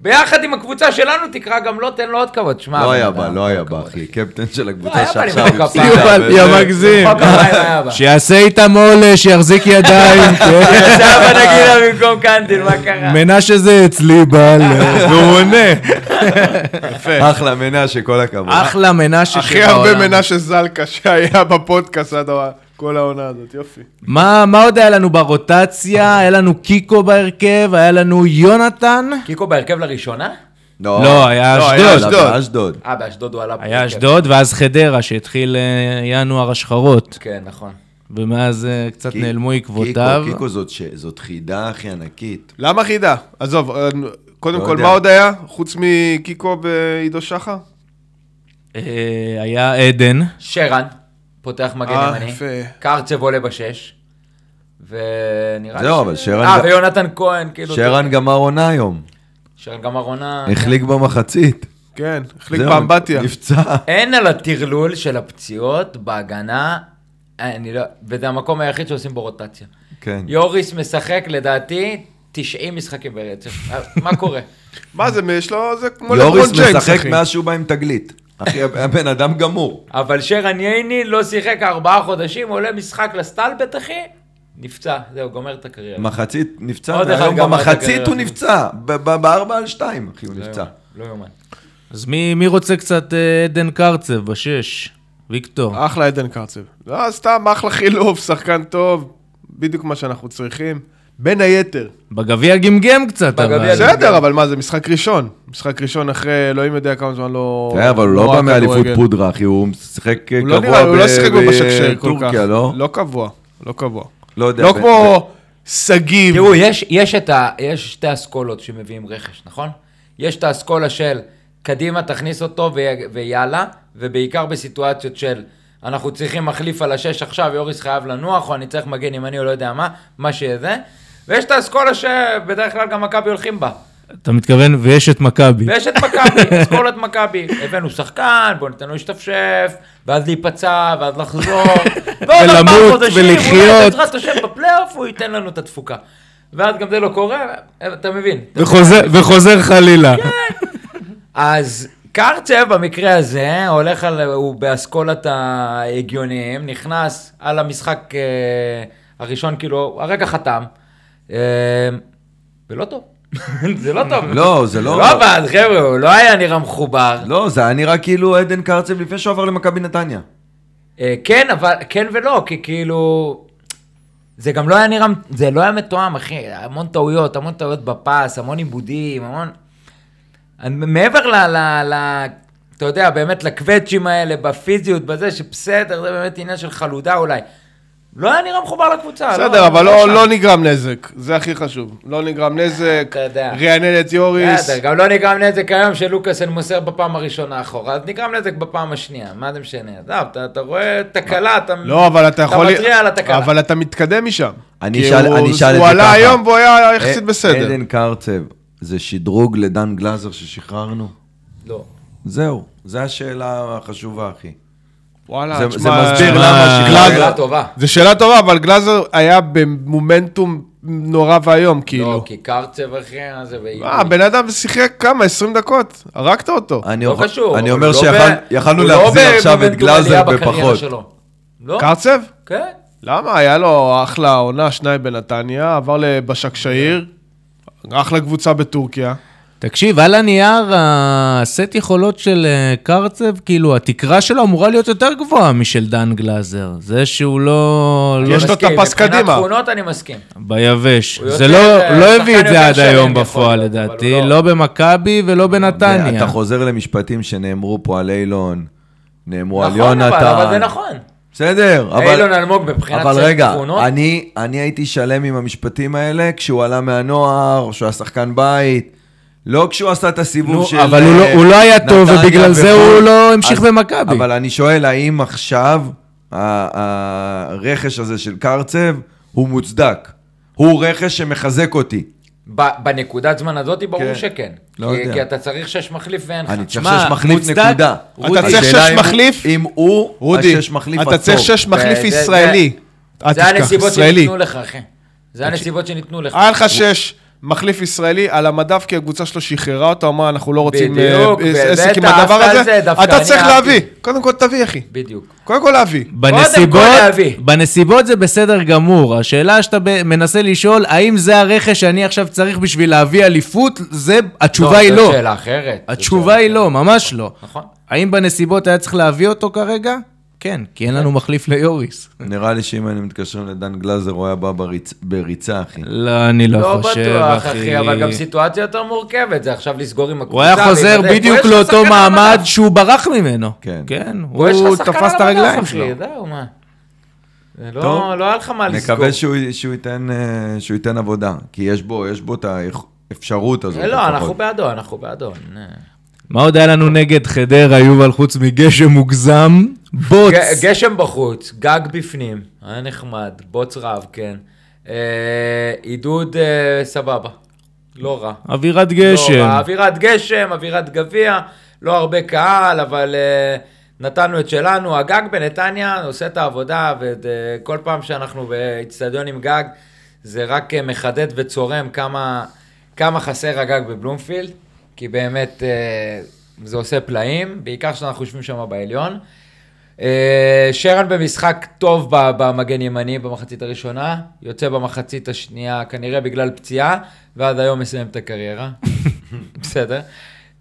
ביחד עם הקבוצה שלנו תקרא גם לו, תן לו עוד כבוד. שמע, לא הבן היה אדם, בה, לא היה כל בה, הכבוד, אחי. קפטן של לא, הקבוצה היה בה, שעכשיו למחוא הפסידה. כפיים. יובל, יא באמת. מגזים. למחוא כפיים לא, היה [LAUGHS] בה. שיעשה איתם עולה, שיחזיק ידיים, כן. עכשיו נגיד לה במקום קנדיל, מה קרה? מנשה זה אצלי בעל. והוא עונה. אחלה מנשה, כל הכבוד. אחלה מנשה הכי הרבה מנשה זלקה שהיה בפודקאסט עד ה- כל העונה הזאת, יופי. מה מה עוד היה לנו ברוטציה? היה לנו קיקו בהרכב, היה לנו יונתן. קיקו בהרכב לראשונה? לא, היה לא, היה אשדוד. אשדוד. אשדוד. אה, באשדוד הוא עלה. היה בהרכב. אשדוד, ואז חדרה, שהתחיל אה, ינואר השחרות, כן, נכון. ומאז אה, קצת קי- נעלמו קיקו, עקבותיו. קיקו זאת ש- זאת חידה הכי ענקית. למה חידה? עזוב, אה, קודם לא כל, יודע. מה עוד היה? חוץ מקיקו ועידו שחר? אה, היה עדן, שרן, פותח מגן אה, ימני. יפה. קרצב עולה בשש. ונראה לי... זהו, ש- אבל שרן אה, ג- ויונתן כהן, כאילו... אה. שרן גמר עונה היום. שרן גמר עונה... החליק במחצית. כן, החליק זהו, באמבטיה. נפצע. אין על הטרלול של הפציעות בהגנה, אני לא... וזה המקום היחיד שעושים בו רוטציה. כן. יוריס משחק, לדעתי, 90 משחקים ברצף. אה, מה [LAUGHS] קורה? מה זה, יש לו, זה כמו לברון יוריס ג'יימס, משחק אחי. מאז שהוא בא עם תגלית. אחי, הבן אדם גמור. אבל שרן ייני לא שיחק ארבעה חודשים, עולה משחק לסטלבט, אחי, נפצע. זהו, גומר את הקריירה. מחצית נפצע, עוד אחד והיום גמר את במחצית הקריירה. הוא נפצע. ב- ב- בארבע על שתיים, אחי, הוא לא נפצע. יאומן, לא יאומן. אז מי מי רוצה קצת אה, עדן קרצב בשש? ויקטור. אחלה עדן קרצב. לא, סתם, אחלה חילוף, שחקן טוב, בדיוק מה שאנחנו צריכים. בין היתר. בגביע גמגם קצת, בגביע אבל. גמגם. בסדר, אבל מה זה, משחק ראשון. משחק ראון אחרי אלוהים יודע כמה זמן לא... כן, אבל הוא לא ראה בא מאליפות כדורגל. פודרה, אחי, הוא משחק אה, הוא לא קבוע נראה, הוא לא שיחק ב- במשקשק כל כך. בטורקיה, לא? לא קבוע, לא קבוע. לא יודע. לא ב- כמו שגיב. תראו, יש, יש, את ה, יש שתי אסכולות שמביאים רכש, נכון? יש את האסכולה של קדימה, תכניס אותו וי- ויאללה, ובעיקר בסיטואציות של אנחנו צריכים מחליף על השש עכשיו, יוריס חייב לנוח, או אני צריך מגן ימני או לא יודע מה, מה שזה. ויש את האסכולה שבדרך כלל גם מכבי הולכים בה. אתה מתכוון, ויש את מכבי. ויש את מכבי, אסכולת מכבי. הבאנו שחקן, בוא ניתן לו להשתפשף, ואז להיפצע, ואז [LAUGHS] לחזור. ועוד ארבעה ולמות, חודשים, אולי ולחיות. בעזרת השם בפלייאוף, הוא ייתן לנו את התפוקה. ואז גם זה לא קורה, אתה מבין. וחוזר- וחוזר חלילה. אז קרצב במקרה הזה, הולך על, הוא באסכולת ההגיוניים, נכנס על המשחק אה, הראשון, כאילו, הרגע חתם. אה, ולא טוב. [LAUGHS] זה לא טוב. לא, זה לא לא... עבד, חבר'ה, הוא לא היה נראה מחובר. לא, זה היה נראה כאילו עדן קרצב לפני שהוא עבר למכבי נתניה. אה, כן, אבל כן ולא, כי כאילו... זה גם לא היה נראה, זה לא היה מתואם, אחי, המון טעויות, המון טעויות בפס, המון עיבודים, המון... אני- מעבר ל... ל, ל אתה יודע, באמת לקווצ'ים האלה, בפיזיות, בזה, שבסדר, זה באמת עניין של חלודה אולי. לא היה נראה מחובר לקבוצה. בסדר, אבל שם. לא- לא נגרם נזק, זה הכי חשוב. לא נגרם נזק, אתה יודע. רענן את יוריס. בסדר, גם לא נגרם נזק היום שלוקאסן מוסר בפעם הראשונה אחורה, אז נגרם נזק בפעם השנייה, מה זה משנה? עזוב, אתה- אתה רואה תקלה, אתה... לא, אבל אתה יכול... אתה מתריע על התקלה. אבל אתה מתקדם משם. אני כי אשאל- הוא- אני אשאל את הוא זה עלה ככה. היום והוא היה א- יחסית בסדר. עדן קרצב, זה שדרוג לדן גלאזר ששחררנו? לא. זהו, זו השאלה החשובה, אחי. וואלה, זה- תשמע, זה מסביר תשמע, למה שאלה שחררנו. טובה. זו שאלה טובה, אבל גלאזר היה במומנטום נורא ואיום, לא, כאילו. כי קרצב אחי, מה זה לא בעברית? אה, הבן אדם שיחק כמה? 20 דקות? הרגת אותו. אני לא אוכל- קשור. אני אבל אומר הוא לא ב- שיכלנו הוא לא להחזיר עכשיו את במומנטום גלאזר עלייה בקריירה בפחות. שלו. לא? קרצב? כן. למה? היה לו אחלה עונה, שניים בנתניה, עבר לבשקשאיר, אחלה קבוצה בטורקיה. תקשיב, על הנייר, הסט יכולות של אה, קרצב, כאילו, התקרה שלו אמורה להיות יותר גבוהה משל דן גלאזר. זה שהוא לא... לא יש אני לו את מסכים, הפס קדימה. מבחינת תכונות אני מסכים. ביבש. הוא זה יותר, לא, אה, לא שחקן הביא את יותר זה עד שלם היום יכול בפועל, להיות, אבל לדעתי. הוא לא. לא במכבי ולא בנתניה. אתה חוזר למשפטים שנאמרו פה על אילון, נאמרו על נכון, אבל- אבל זה יונתן. נכון. בסדר, אבל... אילון אלמוג מבחינת אבל סט רגע, תכונות. אני, אני הייתי שלם עם המשפטים האלה כשהוא עלה מהנוער, כשהוא היה שחקן בית, לא כשהוא עשה את הסיבוב נו, של... אבל הוא לא- אה, הוא לא היה טוב, נתניה ובגלל זה וחו"ל. הוא לא המשיך במכבי. אבל אני שואל, האם עכשיו ה- הרכש הזה של קרצב הוא מוצדק? הוא רכש שמחזק אותי. ב- בנקודת זמן הזאת כן. ברור שכן. לא כי- יודע. כי אתה צריך שש מחליף ואין לך. אני צריך שמע, שש מחליף מוצדק, נקודה. רודי. אתה צריך השאלה שש אם הוא- מחליף? אם הוא, רודי, השש מחליף הטוב. אתה צריך שש מחליף זה- זה- ישראלי. אל זה תשכח, הנסיבות ישראלי. שניתנו לך, אחי. זה הנסיבות שניתנו לך. היה לך שש, מחליף ישראלי על המדף כי הקבוצה שלו שחררה אותו, אמרה, אנחנו לא רוצים בדיוק, אה, וזה עסק עם דווקא הדבר הזה. זה דווקא אתה אני צריך אהבתי. להביא. קודם כל תביא, אחי. בדיוק. קודם כל להביא. בנסיבות, להביא. בנסיבות זה בסדר גמור. השאלה שאתה ב- מנסה לשאול, האם זה הרכש שאני עכשיו צריך בשביל להביא אליפות? זה, התשובה היא זאת לא. שאלה אחרת. זאת התשובה שאלה היא אחרת. לא, ממש לא. נכון. האם בנסיבות היה צריך להביא אותו כרגע? כן, כי אין לנו מחליף ליוריס. נראה לי שאם היינו מתקשרים לדן גלזר, הוא היה בא בריצ- בריצה, אחי. לא, אני לא לא חושב, בטוח, אחי, אחי. אבל גם סיטואציה יותר מורכבת, זה עכשיו לסגור עם הקבוצה. הוא היה חוזר להתעדף. בדיוק פה יש לך לאותו שחקן על מעמד המדף. שהוא ברח ממנו. כן. כן, פה יש לך הוא שחקן תפס את על המדף, הרגליים אחי, שלו. זהו, מה. זה לא- טוב. לא היה לך מה לסגור. נקווה שהוא, שהוא, ייתן, אה, שהוא ייתן עבודה, כי יש בו, יש בו את האפשרות הזאת. אה, לא, אנחנו לפחות. בעדו, אנחנו בעדו. אה. מה עוד היה לנו נגד חדרה, יובל, חוץ מגשם מוגזם? בוץ. ג- גשם בחוץ, גג בפנים, היה נחמד, בוץ רב, כן. אה, עידוד אה, סבבה, לא רע. אווירת לא רע. גשם. אווירת גשם, אווירת גביע, לא הרבה קהל, אבל אה, נתנו את שלנו. הגג בנתניה עושה את העבודה, וכל פעם שאנחנו באיצטדיון עם גג, זה רק אה, מחדד וצורם כמה, כמה חסר הגג בבלומפילד, כי באמת אה, זה עושה פלאים, בעיקר כשאנחנו יושבים שם בעליון. אה, שרן במשחק טוב ב- במגן ימני במחצית הראשונה, יוצא במחצית השנייה כנראה בגלל פציעה, ועד היום מסיים את הקריירה. בסדר.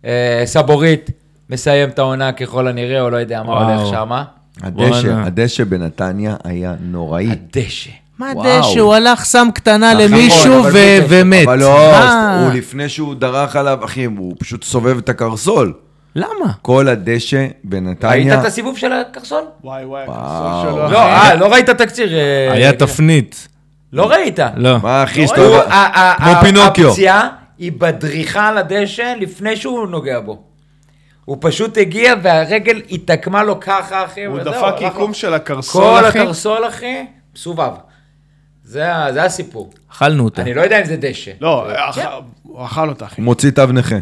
אה, סבורית מסיים את העונה ככל הנראה, או לא יודע מה וואו. הולך שמה. הדשא, וואלה. הדשא בנתניה היה נוראי. הדשא. מה וואו. דשא, הוא הלך, שם קטנה נכון, למישהו אבל ו- בלי קשר. ומת. אבל לא, מה? הוא לפני שהוא דרך עליו, אחי, הוא פשוט סובב את הקרסול. למה? כל הדשא ראית בנתניה... את הסיבוב של הקרסון? וואי וואי, וואו. הכנסות שלו. לא, אה, לא ראית תקציר. אה, היה אה, תפנית. לא ראית. לא. מה, הוא- אחי, הסתובב- ה- ה- כמו ה- פינוקיו. הפציעה היא בדריכה על הדשא לפני שהוא נוגע בו. הוא פשוט הגיע והרגל התעקמה לו ככה, אחי. הוא וזהו, דפק הלך עיקום לו. של הקרסול, כל אחי. הקרסול, אחי, סובב. זה ה- זה הסיפור. אכלנו אותה. אני לא יודע אם זה דשא. לא, כן. אכל- הוא אכל אותה, אחי. מוציא תו נכה.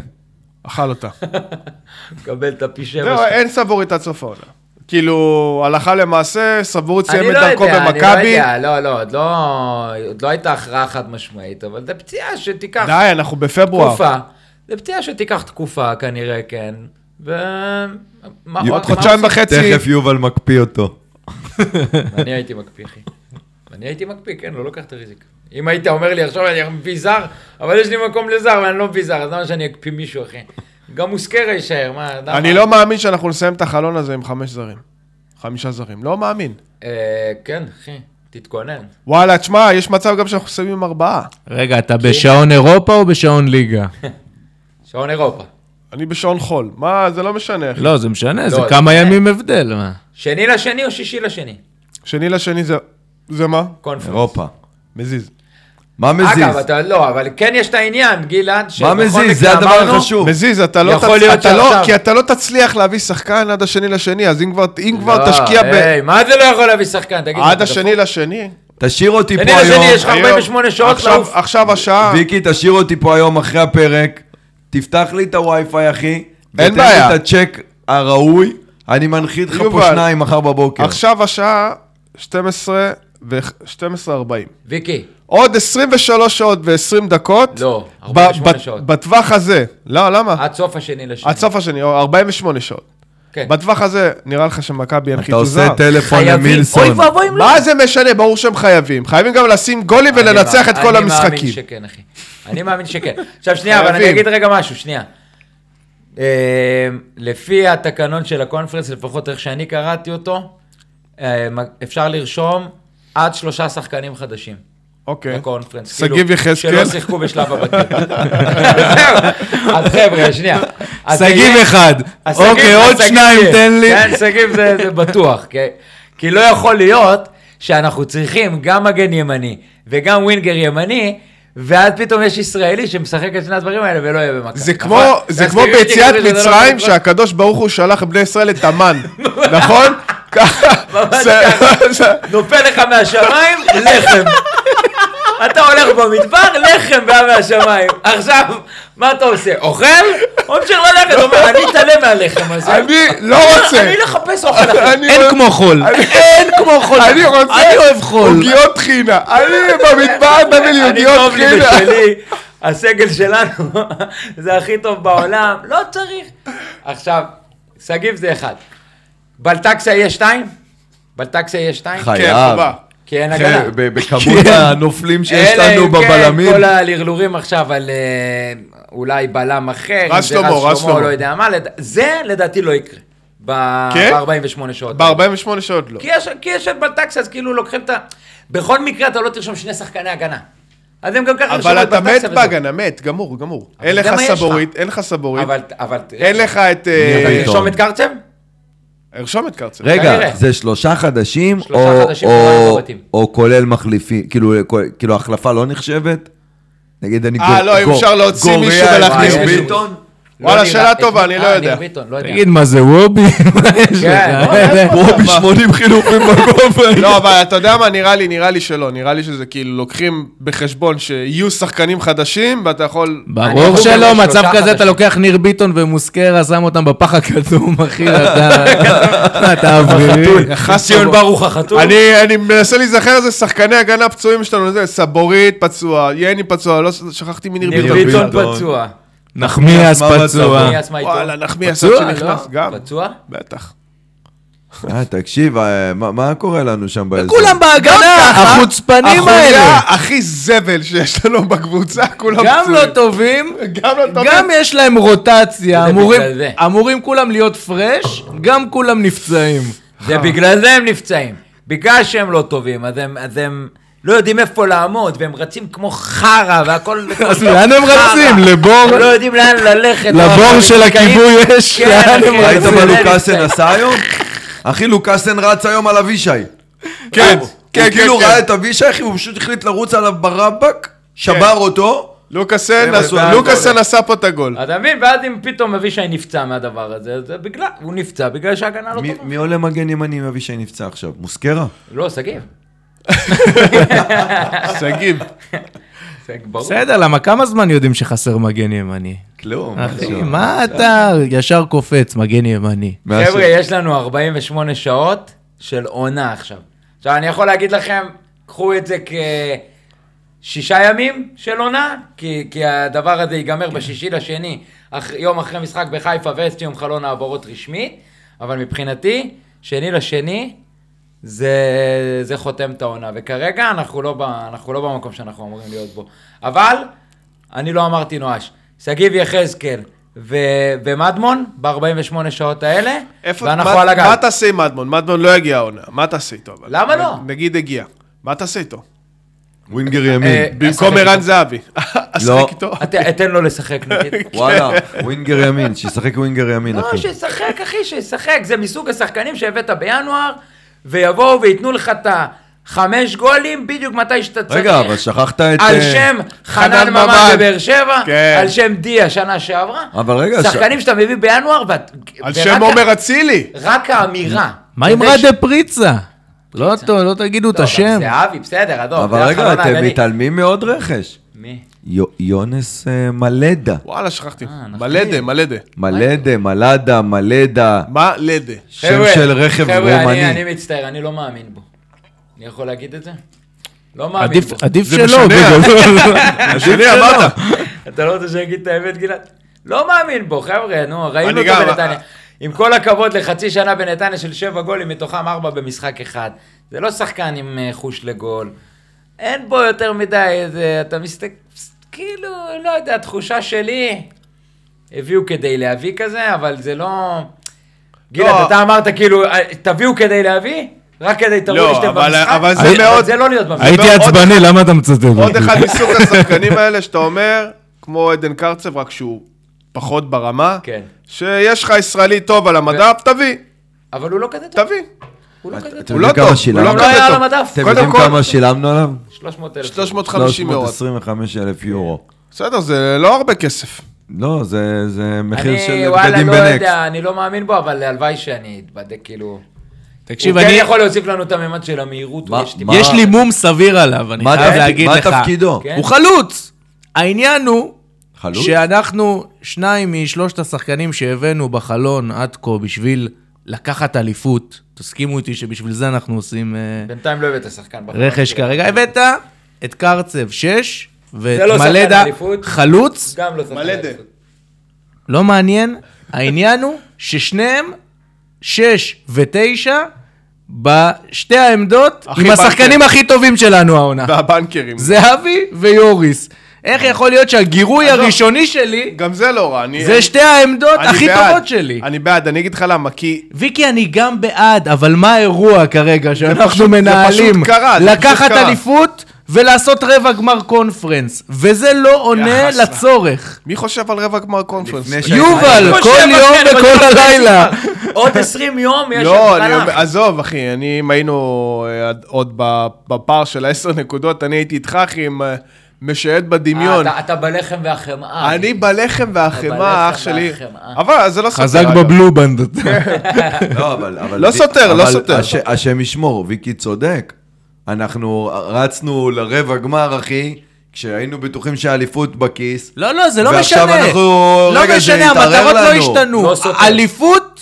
אכל אותה. מקבל את הפי שבע. זהו, שלך. לא, אין סבורית עד סוף העונה. כאילו, הלכה למעשה, סבורית סיים אני את לא דרכו יודע, אני לא במכבי. יודע, לא, לא, עוד לא, עוד לא הייתה הכרעה חד משמעית, אבל זו פציעה שתיקח די, אנחנו בפברואר. תקופה. זו פציעה שתיקח תקופה כנראה, כן. ו... מה- יו- מה- עוד חודשיים מה וחצי. תכף יובל מקפיא אותו. עושים? אני הייתי מקפיא, אחי. אני הייתי מקפיא, כן, לא לוקח את הריזיק. אם היית אומר לי עכשיו אני מביא זר, אבל יש לי מקום לזר ואני לא מביא זר, אז למה שאני אקפיא מישהו, אחי? גם מוסקרה יישאר, מה? למה? אני לא מאמין שאנחנו נסיים את החלון הזה עם חמש זרים. חמישה זרים. לא מאמין. אה, כן, אחי, תתכונן. וואלה, תשמע, יש מצב גם שאנחנו מסיימים עם ארבעה. רגע, אתה בשעון אירופה או בשעון ליגה? שעון אירופה. אני בשעון חול. מה, זה לא משנה, אחי. לא, זה משנה, זה לא, כמה זה- ימים הבדל. מה? שני לשני או שישי לשני? שני לשני זה... זה מה? קונפרנס. אירופה. מזיז. מה אגב, מזיז? אתה לא, אבל כן יש את העניין, גלעד, מה שבכל מזיז? זה מקרה הדבר אמרנו, החשוב. מזיז, אתה לא... יכול תצ- להיות אתה לא- שעכשיו- כי אתה לא תצליח להביא שחקן עד השני לשני, אז אם כבר- אם כבר לא, תשקיע ב... היי, מה זה לא יכול להביא שחקן? תגיד, עד אתה השני לשני? תשאיר אותי פה שני לשני היום. יש לך 48 היום- שעות עכשיו- לעוף. עכשיו השעה... ויקי, תשאיר אותי פה היום אחרי הפרק, תפתח לי את הווי-פיי, אחי. ותן לי בעיה. את הצ'ק הראוי, אני מנחית לך פה יובל. שניים מחר בבוקר. עכשיו השעה 12 ו-12.40. דפוק. ויקי, עוד 23 שעות ו-20 דקות. לא, ב- 48 ב- שעות. אה, בטווח הזה. לא, למה? עד סוף השני לשני. עד סוף השני, או 48 שעות. כן. בטווח הזה, נראה לך שמכבי ינחית אתה עושה תוזר? טלפון חייבים, למילסון. אוי ואבוי אם לא. מה זה משנה? ברור שהם חייבים. חייבים גם לשים גולים אני ולנצח את מאמין- כל אני מאמין המשחקים. שכן, אחי. אני מאמין שכן. עכשיו, שנייה, אבל אני חייבים. אגיד רגע משהו, שנייה. אה, לפי התקנון של הקונפרנס, לפחות איך שאני קראתי אותו, אה, אפשר לרשום עד שלושה שחקנים חדשים. אוקיי. לקונפרנס. שגיב כאילו, יחזקאל. שלא שיחקו בשלב [LAUGHS] הבתים. זהו. אז חבר'ה, שנייה. אז זה שגיב יהיה- אחד. אז אוקיי, שגיב- עוד אז שגיב שניים יהיה. תן לי. כן, שגיב זה זה בטוח. כי- כי לא יכול להיות שאנחנו צריכים גם מגן ימני וגם ווינגר ימני. ואז פתאום יש ישראלי שמשחק את שני הדברים האלה ולא יהיה במכבי. זה נכון? כמו, זה אז כמו כאילו, ביציאת כאילו, זה לא מצרים יכול לקרות. שהקדוש ברוך הוא שלח את בני ישראל [LAUGHS] לתימן, נכון? ככה, ממש [LAUGHS] זה- ככה. זה- נופל לך מהשמיים, לחם. אתה הולך במדבר, לחם בא מהשמיים. עכשיו, מה אתה עושה? אוכל? או ממשיך ללכת, אומר, אני אתעלם מהלחם הזה. אני לא רוצה. אני לא אחפש אוכל אחר. אני לא אין רוצה- כמו חול. אני- אין כמו חול. אני כן. רוצה אוקיי. אני אוהב חול. עוגיות טחינה. אני במדבר תביא לי אני עוגיות טוב לי טחינה. בשלי. הסגל שלנו [LAUGHS] זה הכי טוב בעולם, לא צריך. עכשיו, שגיב זה אחד. בלטקסיה יהיה שתיים? בלטקסיה יהיה שתיים? חי. כן, חייב. חובה. כי אין הגנה. ב- בכמות כן. הנופלים שיש אלא לנו אם כן, בבלמים. כל הלרלורים עכשיו על אה, אולי בלם אחר, אם רז זה שלמה, רז רז שלמה, שלמה. לא יודע מה, לד- זה לדעתי לא יקרה. כן? ב-48 שעות. ב-48 שעות לא. כי יש, כי יש את בלטקס, אז כאילו לוקחים את ה... בכל מקרה אתה לא תרשום שני שחקני הגנה. אז הם גם ככה ירשמו אבל את אתה מת בלטקסה וזהו. בהגנה, מת, גמור, גמור. אין זה לך מה יש לך. סבורית, אין לך סבורית, אבל, אבל... אין לך את... אתה אה, ביטון. תרשום את קרצב? הרשום את קרצר. רגע, כנראה. זה שלושה חדשים, שלושה או- חדשים, או- כולם בבתים. או כולל מחליפים, כאילו כול- כאילו החלפה לא נחשבת? נגיד אני אה, גור- לא, אם גור- אפשר להוציא גוריה מישהו עם ולהכניס ניר מישהו. ביטון? וואלה, לא שאלה נראה- טובה, אני לא אה, יודע. ניר ביטון, לא יודע. תגיד, מה זה וובי? [LAUGHS] מה יש לך? כן, לא, פה ב-80 חילופים בגובה. לא, אבל אתה יודע מה, נראה לי, נראה לי שלא. נראה לי שזה כאילו לוקחים בחשבון שיהיו שחקנים חדשים, ואתה יכול... אני ברור יכול שלא, גם מצב שלושה כזה אתה חדשים. לוקח ניר ביטון ומוסקרה, שם אותם בפח הכתום, [LAUGHS] [LAUGHS] אחי, אתה... אתה אווירי. ציון ברוך החתום. אני, אני מנסה להיזכר איזה שחקני הגנה פצועים שלנו, זה סבורית פצוע, יני פצוע, לא ש- שכחתי מניר ניר ביטון. ביטון ביטון. פצוע. נחמיאס מה מצבו? פצוע. מי עצמה איתו? וואלה, נחמיאס עד פצוע, שנכנס לא? גם. פצוע? בטח. אה, תקשיב, אה, מה- מה קורה לנו שם באזור? כולם בהגנה, החוצפנים החוליה האלה. הכי זבל שיש לנו בקבוצה, כולם גם פצועים. לא טובים, גם לא טוב. גם יש להם רוטציה, זה אמורים- בגלל זה. אמורים כולם להיות פרש, גם כולם נפצעים. זה נכון. בגלל זה הם נפצעים. בגלל שהם לא טובים, אז הם, אז הם לא יודעים איפה לעמוד, והם רצים כמו חרא, והכל... [LAUGHS] אז לאן הם רצים? לבור? הם לא יודעים לאן ללכת. לבור לא, של נתקעים. הכיבוי אש, כן, לאן הם אחי, ראית זה מה זה לוקאסן נפצעים. עשה היום? אחי, לוקאסן רץ היום על אבישי. כן, הוא כן, כן. כאילו כן. ראה את אבישי, אחי, הוא פשוט החליט לרוץ עליו ברבק, שבר אותו. לוקאסן הם עשו- עדיין לוקאסן גולים. עשה פה את הגול. אתה מבין? ואז אם פתאום אבישי נפצע מהדבר הזה, זה בגלל, הוא נפצע בגלל שההגנה לא מי- טובה. מי עולה מגן ימני אם אבישי נפצע עכשיו? מוסקרה? לא, שגיב. שגיב. זה ברור. בסדר, למה כמה זמן יודעים שחסר מגן ימני? כלום. לא. אחי, מה אתה ישר קופץ, מגן ימני? חבר'ה, יש לנו 48 שעות של עונה עכשיו. עכשיו, אני יכול להגיד לכם, קחו את זה כשישה ימים של עונה, כי, כי הדבר הזה ייגמר בשישי לשני, אח, יום אחרי משחק בחיפה וסיום חלון העברות רשמית, אבל מבחינתי, שני לשני, זה, זה חותם את העונה, וכרגע אנחנו לא, ב, אנחנו לא במקום שאנחנו אמורים להיות בו. אבל, אני לא אמרתי נואש. שגיב יחזקאל ו, ומדמון, ב-48 שעות האלה, איפה, ואנחנו מה- על הגב. מה תעשה עם מדמון? מדמון לא יגיע העונה. מה תעשה איתו? אבל? למה לא? נגיד הגיע. מה תעשה איתו? ווינגר אה, ימין. במקום אשחק ערן איתו. לא. אה, זהבי. [LAUGHS] אשחק איתו. את- אתן לו לשחק [LAUGHS] נגיד. וואלה, ווינגר ימין, שישחק ווינגר ימין, לא, אחי. שישחק, אחי, שישחק. זה מסוג השחקנים שהבאת בינואר, ויבואו וייתנו לך את החמש גולים בדיוק מתי שאתה צריך. רגע, אבל שכחת את... על אה, שם חנן חנן ממן. ממן בבאר שבע, כן. על שם דיה שנה שעברה. אבל רגע, ש- שחקנים שאתה מביא בינואר, ואת- על ורק שם ה- עומר אצילי. רק האמירה. מה עם אתה יודע ש- רדה פריצה? לא טוב, לא תגידו את טוב, השם. אבל זהבי, בסדר, עזוב. אבל זה רגע, החלון אתם ההגני. מתעלמים מעוד רכש. מי? יו- יונס אה, מלדה. וואלה, שכחתי. אה, מלדה, מלדה. מלדה, מלדה, מלדה. מלדה. שם חבר'ה, של רכב חבר'ה, אני- רומני. אני מצטער, אני לא מאמין בו. אני יכול להגיד את זה? לא מאמין עדיף- בו. עדיף זה שלא, משנה. בגדול. השני אמרת. אתה לא רוצה שאני אגיד את האמת, גלעד? לא מאמין בו, חבר'ה, נו, ראינו אני אותו גם- אה, בנתניה. עם כל הכבוד לחצי שנה בנתניה של שבע גולים, מתוכם ארבע במשחק אחד. זה לא שחקן עם אה, חוש לגול. אין בו יותר מדי, איזה, אתה מסתכל, כאילו, לא יודע, התחושה שלי, הביאו כדי להביא כזה, אבל זה לא... לא. גלעד, אתה אמרת כאילו, אה, תביאו כדי להביא? רק כדי תראו לא, לי שאתם אבל- במשחק? אבל זה מאוד- אבל זה לא להיות במשחק. [LAUGHS] הייתי עוד- עצבני, למה אתה מצטט אותי? עוד אחד מסוג השחקנים האלה שאתה אומר, כמו עדן קרצב, רק שהוא פחות ברמה. כן. שיש לך ישראלי טוב על המדף, תביא, אבל הוא לא כזה טוב. תביא. הוא לא כזה טוב. אתם הוא לא טוב, יודעים כמה הוא לא שילמנו? לא היה כזה על טוב. המדף. אתם קודם יודעים כל- כמה שילמנו עליו? 300 אלף. 350 יורו. 325 אלף יורו. בסדר, זה לא הרבה כסף. לא, זה זה מחיר של אני בגדים וואלה לא בנקס. יודע, אני לא מאמין בו, אבל הלוואי שאני אתבדק, כאילו... תקשיב, הוא אני... כן יכול להוסיף לנו את הממד של המהירות, מה- הוא יש טיפה. מה- יש לי מום סביר עליו, אני מה חייב תפקיד- להגיד מה לך. תפקידו? כן. הוא חלוץ! העניין הוא... חלוץ? שאנחנו שניים משלושת השחקנים שהבאנו בחלון עד כה בשביל לקחת אליפות, תסכימו איתי שבשביל זה כן. אנחנו עושים אה, בינתיים לא הבאת שחקן בחיים. רכש כרגע. הבאת את קרצב 6 ואת לא שחקן מלדה אליפות. חלוץ, גם לא צריך... מלדה. לעשות. לא מעניין. העניין הוא ששניהם, שש ותשע, בשתי העמדות, הכי עם השחקנים בנקר. הכי טובים שלנו העונה. והבנקרים. זהבי ויוריס. איך יכול להיות שהגירוי עזוב. הראשוני שלי, גם זה לא רע. אני- זה שתי העמדות אני הכי בעד. טובות שלי? אני בעד, אני אגיד לך למה, כי... ויקי, אני גם בעד, אבל מה האירוע כרגע שאנחנו פשוט- זה מנהלים? פשוט קרה, זה פשוט לקחת קרה. אליפות ולעשות רבע גמר קונפרנס, וזה לא עונה יחס. לצורך. מי חושב על רבע גמר קונפרנס? לפני ש- יובל, אני כל חושב, יום כן, אבל וכל זה לא הלילה. סיבה. עוד 20 יום יש... לא, הבחנה. אני אומר, עזוב, אחי, אני, אם היינו אה, עד- עוד ב- בפער של העשר נקודות, אני הייתי איתך, אחי, עם אה, משייט בדמיון. אה, אתה- אתה בלחם והחמאה. אני בלחם והחמאה, בלחם אח שלי. והחמאה. אבל זה לא סותר. חזק אגב. בבלובנד. לא, אבל... אבל לא די- סותר, לא אבל סותר. הש- השם ישמור, ויקי צודק. אנחנו רצנו לרבע גמר, אחי, כשהיינו בטוחים שהאליפות בכיס. לא, לא, זה לא משנה. ועכשיו אנחנו- לא רגע, זה משנה, התערער המטרות לא לנו. השתנו. לא סותר. אליפות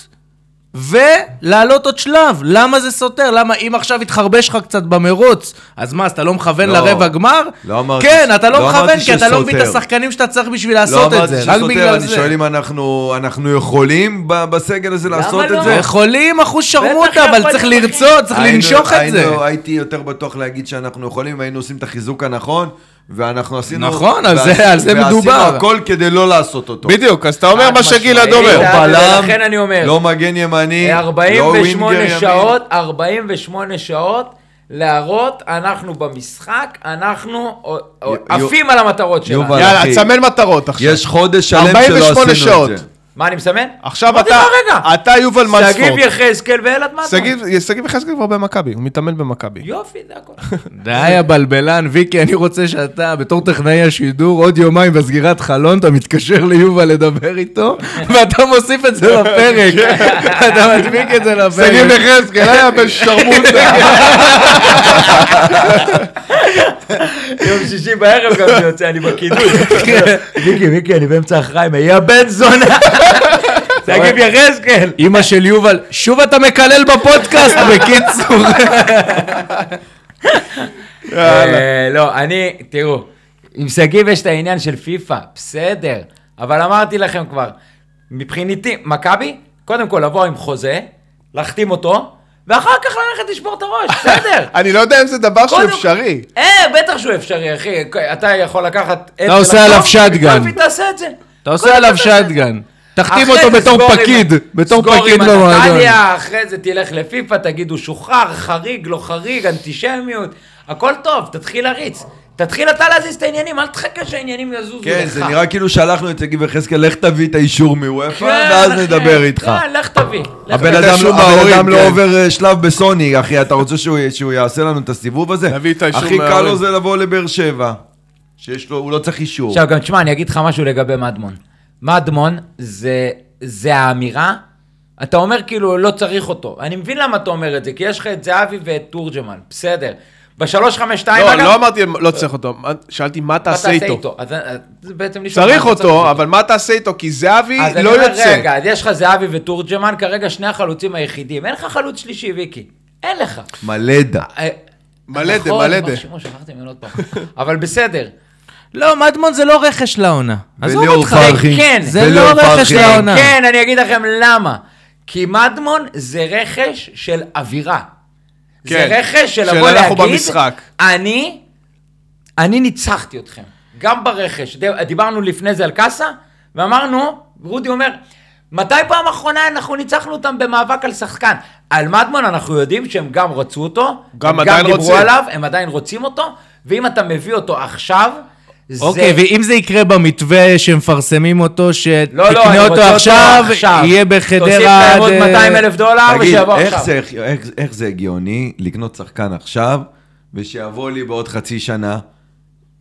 ולעלות עוד שלב. למה זה סותר? למה אם עכשיו התחרבש לך קצת במרוץ, אז מה, אז אתה לא מכוון לא. לרבע גר? לא אמרתי כן, ש- אתה לא לא מכוון, אמרתי כי אתה לא מבין את שסותר. השחקנים שאתה צריך בשביל לא לעשות את אמרתי זה. רק שסותר, בגלל אני שואל זה. אם אנחנו אנחנו יכולים ב- בסגל הזה לעשות לא? את זה. יכולים אחוז שרמוטה, אבל יכולים, צריך אחי. לרצות, צריך היינו- לנשוך את היינו- זה. הייתי יותר בטוח להגיד שאנחנו יכולים, והיינו עושים את החיזוק הנכון, ואנחנו עשינו... נכון, על זה- ועש- על זה מדובר. ועשינו הכל כדי לא לעשות אותו. בדיוק, אז אתה אומר חד מה שגלעד משמעית. אומר. אה, בלם, ולכן אני אומר. לא מגן ימני, לא ווינגר 48 ימין. אה, שעות, 48 שעות להראות, אנחנו במשחק, אנחנו אה, אה, יו- עפים על המטרות שלנו. יובל. יאללה, אחי. תסמן מטרות עכשיו. יש חודש שלם שלא 48 עשינו שעות. את זה. מה, אני מסמן? עכשיו אמרתי אתה, לך אה, רגע. אתה יובל שגיב מנספורד. יחזקאל ואלעד מטה. שגיב- שגיב יחזקאל כבר במכבי, הוא מתאמן במכבי. יופי, זה הכול. [LAUGHS] די אה. הבלבלן, ויקי, אני רוצה שאתה, בתור טכנאי השידור, עוד יומיים בסגירת חלון, אתה מתקשר ליובל לדבר איתו, [LAUGHS] ואתה מוסיף את זה לפרק. כן. אתה מדביק את זה שגיב לפרק. יחזקאל היה בשרמוטה. יום שישי בערב גם זה יוצא, אני בקידוש. [LAUGHS] כן. מיקי, מיקי, אני באמצע החיים, יא בן [LAUGHS] זונה. שגיב יחזקאל. אימא של יובל, שוב אתה מקלל [LAUGHS] בפודקאסט, בקיצור. אה, לא, אני, תראו, עם שגיב יש את העניין של פיפא, בסדר. אבל אמרתי לכם כבר, מבחינתי, מכבי, קודם כל לבוא עם חוזה, להחתים אותו, ואחר כך ללכת לשבור את [LAUGHS] הראש, בסדר. [LAUGHS] אני לא יודע אם זה דבר שהוא קודם- אפשרי. אה, בטח שהוא אפשרי, אחי. אתה יכול לקחת... אתה עושה עליו שטגן. תעשה את זה. אתה עושה עליו שטגן. תחתים אותו בתור פקיד, בתור פקיד סגור עם במועדון. הנתניה, אחרי זה תלך לפיפ"א, תגיד הוא שוחרר, חריג, לא חריג, אנטישמיות, הכל טוב, תתחיל להריץ. תתחיל אתה להזיז את העניינים, אל תחכה שהעניינים יזוזו לך. כן, זה נראה כאילו שלחנו את שגיב יחזקאל, לך תביא את האישור מוופא, כן, ואז אחי, נדבר איתך. כן, לך תביא. לך הבן תביא. אדם האישור לא- הבן מההורים, אדם כן. לא עובר אה, שלב בסוני, אחי, אתה רוצה שהוא- שהוא יעשה לנו את הסיבוב הזה? נביא את האישור הכי קל מההורים. לו זה לבוא לבאר שבע, שיש לו, הוא לא צריך אישור. עכשיו גם תשמע, אני אגיד לך משהו לגבי מדמון. מדמון זה, זה האמירה, אתה אומר כאילו לא צריך אותו. אני מבין למה אתה אומר את זה, כי יש לך את זהבי ואת תורג'מן, בסדר. בשלוש, חמש, שתיים, לא, אגב, לא אמרתי, לא צריך אותו, שאלתי מה מה תעשה איתו. אז אה, זה בעצם לשאול מה צריך אתה אותו, אבל מה תעשה איתו? כי זהבי אז אני לא אומר, יוצא. רגע, אז יש לך זהבי ותורג'מן, כרגע שני החלוצים היחידים. אין לך חלוץ שלישי, ויקי. אין לך. מלדה. אה, מלא דה, נכון, מלא בר דה. שמעון, שכחתי ממנו עוד פעם. [LAUGHS] אבל בסדר. לא לא, מדמון זה לא רכש לעונה. עזוב וליאור אותך. פרחי. כן, זה וליאור לא רכש פרחי. לעונה. כן, אני אגיד לכם למה. כי מדמון זה רכש של אווירה. זה כן, רכש של של לבוא אנחנו להגיד, במשחק. אני, אני ניצחתי אתכם, גם ברכש. ד- דיברנו לפני זה על קאסה, ואמרנו, רודי אומר, מתי פעם אחרונה אנחנו ניצחנו אותם במאבק על שחקן? על מדמון אנחנו יודעים שהם גם רצו אותו, גם הם עדיין גם דיברו רוצים. עליו, הם עדיין רוצים אותו, ואם אתה מביא אותו עכשיו, זה... אוקיי, ואם זה יקרה במתווה שמפרסמים אותו, לא, לא, אני שתקנה רוצה אותו אותו עכשיו, עכשיו. יהיה בחדרה תוסיף להם עוד אה, 200 אלף דולר תגיד, ושיבוא איך עכשיו. זה- איך- איך זה הגיוני לקנות שחקן עכשיו, ושיבוא לי בעוד חצי שנה?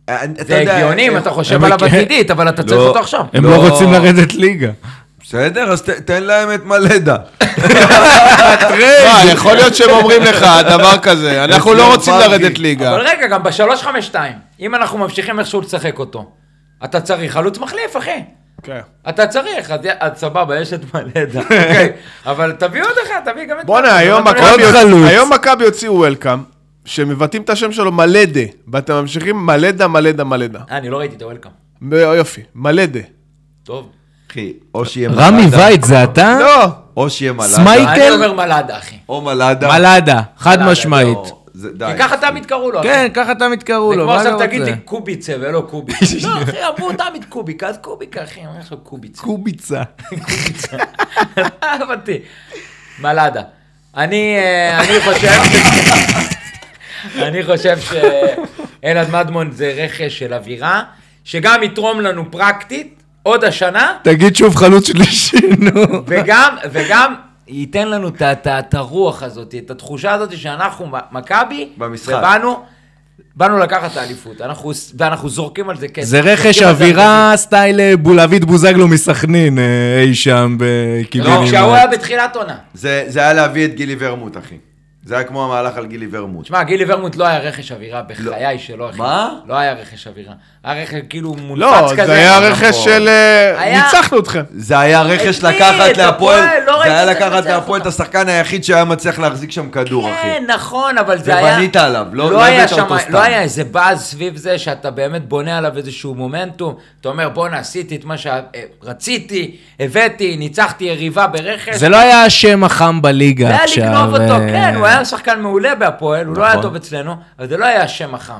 אה, אתה זה יודע, הגיוני אם איך- אתה הם- חושב עליו עתידית, אבל אתה צריך לא. אותו עכשיו. הם לא לא. רוצים לרדת ליגה. בסדר, אז ת- תן להם [LAUGHS] את מלדה. מה, לא, יכול להיות שהם אומרים לך דבר כזה, אנחנו לא אצלנו רוצים פרחי. לרדת כן. ליגה. אבל רגע, גם ב-352, אם אנחנו ממשיכים איכשהו לשחק אותו, אתה צריך חלוץ מחליף, אחי. כן. אתה צריך, אז- אז סבבה, יש את [LAUGHS] מלדה, אוקיי. אבל תביא עוד אחד, תביא גם את... בואנה, היום אבל- מכבי- חלוץ. היום מכבי הוציאו וולקאם, שמבטאים את השם שלו מלדה, ואתם ממשיכים מלדה, מלדה, מלדה. אה, אני לא ראיתי את הוולקאם. מ- יופי, מלדה. טוב. אחי, או שיהיה רמי מלאדה, וייט זה אתה? לא! או שיהיה מלאדה, סמייק? אני מייקל? אומר מלאדה, אחי. או מלאדה. מלאדה, חד מלאדה, משמעית. לא, זה- די. כי ככה תמיד קראו לו, אחי. כן, ככה תמיד קראו זה לו, כמו מה אתה עכשיו רוצה? תגיד לי קוביצה ולא קוביקה. [LAUGHS] לא, אחי, אמרו תמיד קוביקה, אז קוביקה, אחי, אמרו עכשיו קוביצה. קוביצה. הבנתי. מלאדה. אני אה, אני חושב... אני חושב שאלעד מדמון זה רכש של אווירה, שגם יתרום לנו פרקטית עוד השנה, תגיד שוב חלוץ שלישי, נו. וגם, וגם ייתן לנו את ה- את ה- את הרוח הזאת, את התחושה הזאת שאנחנו מ- מכבי, במשחק. ובאנו, באנו לקחת את האליפות, אנחנו, ואנחנו זורקים על זה כסף. זה רכש זורקים על זה אווירה סטייל אה, בולעבית בוזגלו מסכנין, אה, כאילו. אי שם כסף. בקיבינימט. לא, כשהוא היה בתחילת עונה. זה זה היה להביא את גילי ורמוט, אחי. זה היה כמו המהלך על גילי ורמוט. תשמע, גילי ורמוט לא היה רכש אווירה, בחיי שלא, אחי. מה? לא היה רכש אווירה. היה רכש כאילו מונפץ לא, כזה. זה היה רכש נכון. של... אה, היה- ניצחנו אתכם. זה היה רכש את מי? לקחת את להפועל, הפועל, לא זה היה ראיתי את זה לקחת מנצח להפועל את אותם. השחקן היחיד שהיה מצליח להחזיק שם כדור, אחי. כן, נכון, אבל זה היה... ובנית עליו, לא- לא היה הבאת אותו שם- סתם. לא היה איזה באז סביב זה שאתה באמת בונה עליו איזשהו מומנטום. אתה אומר, בואנה, עשיתי את מה שרציתי, הבאתי, ניצחתי יריבה ברכש. זה לא היה השם החם זה בליגה היה עכשיו. לגנוב אותו, אה, כן, הוא היה שחקן מעולה בהפועל, הוא לא היה נכון. טוב אצלנו, אבל זה לא היה השם החם.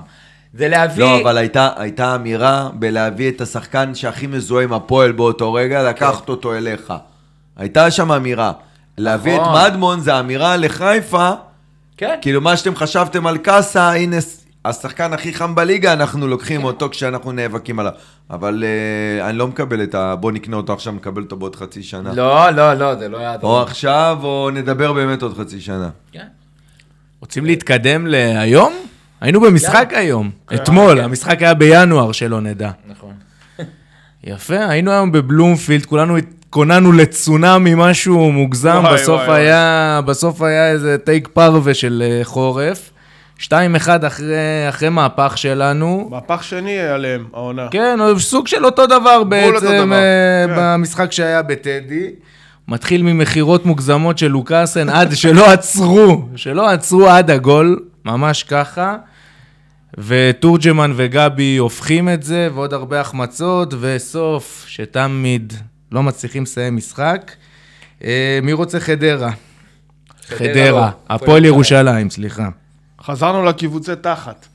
זה להביא... לא, אבל הייתה, הייתה אמירה בלהביא את השחקן שהכי מזוהה עם הפועל באותו רגע, לקחת אותו אליך. הייתה שם אמירה. להביא את נכון. מדמון זה אמירה לחיפה, כן. כאילו מה שאתם חשבתם על קאסה, הנה ס- השחקן הכי חם בליגה, אנחנו לוקחים אותו כשאנחנו נאבקים עליו. אבל אה, אני לא מקבל את ה... בוא נקנה אותו עכשיו, נקבל אותו בעוד חצי שנה. לא, לא, לא, זה לא היה... או עכשיו, או נדבר באמת עוד חצי שנה. כן. רוצים להתקדם להיום? היינו במשחק היום, אתמול, כן. המשחק היה בינואר, שלא נדע. נכון. יפה, היינו היום בבלומפילד, כולנו התכוננו לצונאמי, משהו מוגזם, וואי, בסוף וואי, היה בסוף היה איזה טייק פרווה של אה, חורף. 2-1 אחרי, אחרי מהפך שלנו. מהפך שני עליהם, העונה. כן, הוא סוג של אותו דבר בעצם אותו דבר, אה, כן. במשחק שהיה בטדי. מתחיל ממכירות מוגזמות של לוקאסן עד שלא עצרו, שלא עצרו עד הגול, ממש ככה. ותורג'מן וגבי הופכים את זה, ועוד הרבה החמצות, וסוף, שתמיד לא מצליחים לסיים משחק. אה, מי רוצה חדרה? חדרה, חדרה, לא. הפועל ירושלים, סליחה. חזרנו לקיבוצי תחת.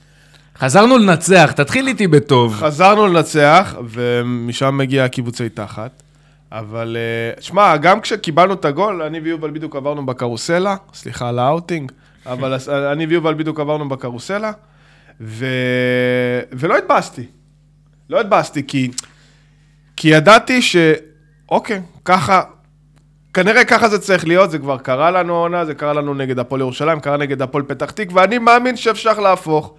חזרנו לנצח, תתחיל איתי בטוב. חזרנו לנצח, ומשם מגיע הקיבוצי תחת. אבל, אה, שמע, גם כשקיבלנו את הגול, אני ויובל בדיוק עברנו בקרוסלה, סליחה על האוטינג, אבל הס- אני ויובל בדיוק עברנו בקרוסלה, ו... ולא התבאסתי. לא התבאסתי, כי... כי ידעתי ש... אוקיי, ככה... כנראה ככה זה צריך להיות, זה כבר קרה לנו העונה, זה קרה לנו נגד הפועל ירושלים, קרה נגד הפועל פתח תקווה, אני מאמין שאפשר להפוך.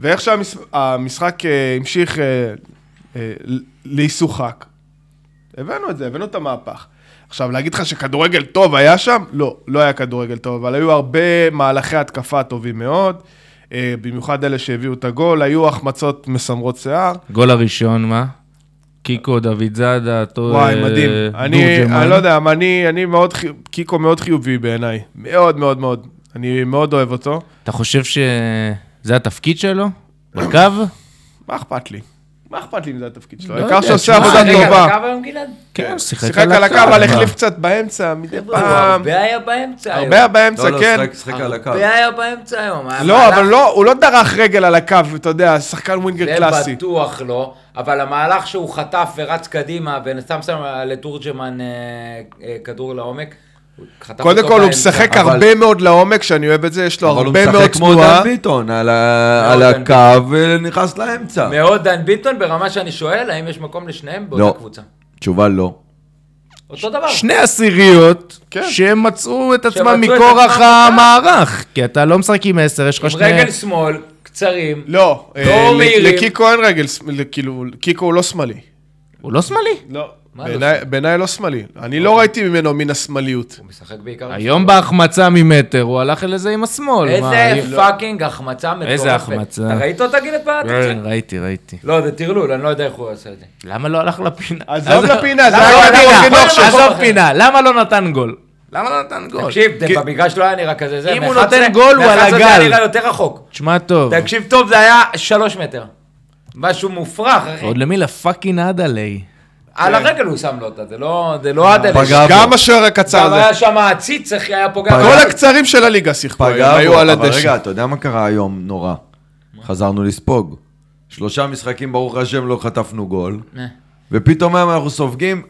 ואיך שהמשחק המשיך אה, אה, ל- להישוחק, הבאנו את זה, הבאנו את המהפך. עכשיו, להגיד לך שכדורגל טוב היה שם? לא, לא היה כדורגל טוב, אבל היו הרבה מהלכי התקפה טובים מאוד, אה, במיוחד אלה שהביאו את הגול, היו החמצות מסמרות שיער. גול הראשון, מה? קיקו, דוד זאדה, אותו... וואי, אה, מדהים. אני, דורג'מן. אני לא יודע, אבל אני, אני מאוד, חי- קיקו מאוד חיובי בעיניי, מאוד מאוד מאוד. אני מאוד אוהב אותו. אתה חושב שזה התפקיד שלו? בקו? מה אכפת לי? מה אכפת לי אם זה התפקיד שלו? לא העיקר יודע, שעושה תשמע, עבודה אה, רגע, טובה. בקו היום, גלעד? כן, שיחק על הקו, אבל החליף קצת באמצע, מדי הוא פעם. אה, הרבה היה באמצע היום. אה, אה, הרבה היה באמצע, לא, לא, כן. שחק- שחק על הקו. הרבה היה באמצע היום. היה לא, מהלך- אבל לא, הוא לא דרך רגל על הקו, אתה יודע, שחקן ווינגר זה קלאסי. בטוח לא, אבל המהלך שהוא חטף ורץ קדימה ונשם שם לתורג'מן אה, אה, כדור לעומק, הוא חטף קודם אותו כל, הוא באמצע. משחק אבל- הרבה מאוד לעומק, שאני אוהב את זה, יש לו אבל הוא הרבה מאוד משחק כמו תנועה. דן ביטון, על ה- מאוד על דן הקו ונכנס לאמצע. מאוד דן ביטון ברמה שאני שואל, האם יש מקום לשניהם לא. באותה קבוצה? תשובה לא. אותו דבר. שני עשיריות כן. שמצאו את עצמם שמצאו את מכורח עצמם המערך. כי אתה לא משחק עם עשר, יש לך עם שני... רגל שמאל, קצרים. לא, אה, ל- מהירים. לקיקו אין רגל, ש- ל- כאילו, קיקו הוא לא שמאלי. הוא לא שמאלי. לא. מה לא בעיניי- בעיניי לא שמאלי. אני לא ראיתי ממנו מן השמאליות. הוא משחק בעיקר. היום בהחמצה ממטר, הוא הלך לזה עם השמאל. מה, איזה אני- פאקינג החמצה מטורפת. איזה החמצה. אתה ראית אותה גיל את בעד? כן, ראיתי, ראיתי. לא, זה טרלול, אני לא יודע איך הוא עשה את זה. למה לא הלך לפינה? עזוב לפינה, זה למה היה לא הכדור הלך הכי נוח לפינה? שלו. עזוב פינה, למה לא נתן גול? למה לא נתן גול? תקשיב, זה במגרש לא היה נראה כזה, זה... אם הוא מ- 11, נותן גול, הוא על מ- 11 זה הגל. היה נראה יותר רחוק. תשמע טוב, תקשיב טוב, זה היה שלוש מטר. משהו מופרך, אחי. עוד למי לפאקינג עד עלי. על כן. הרגל הוא שם לו אותה, זה לא... זה אה, לא עד אלה. פגע גם השוער הקצר גם לא היה הזה. שם עציץ, אחי, היה פה גם... כל הקצרים של הליגה שיחקו, הם פגע היו בו, על אבל רגע, הדשא. אתה יודע מה קרה היום נורא? חזרנו לספוג. שלושה משחקים, ברוך השם, לא חטפנו גול, אה. ופתאום היום אנחנו סופגים,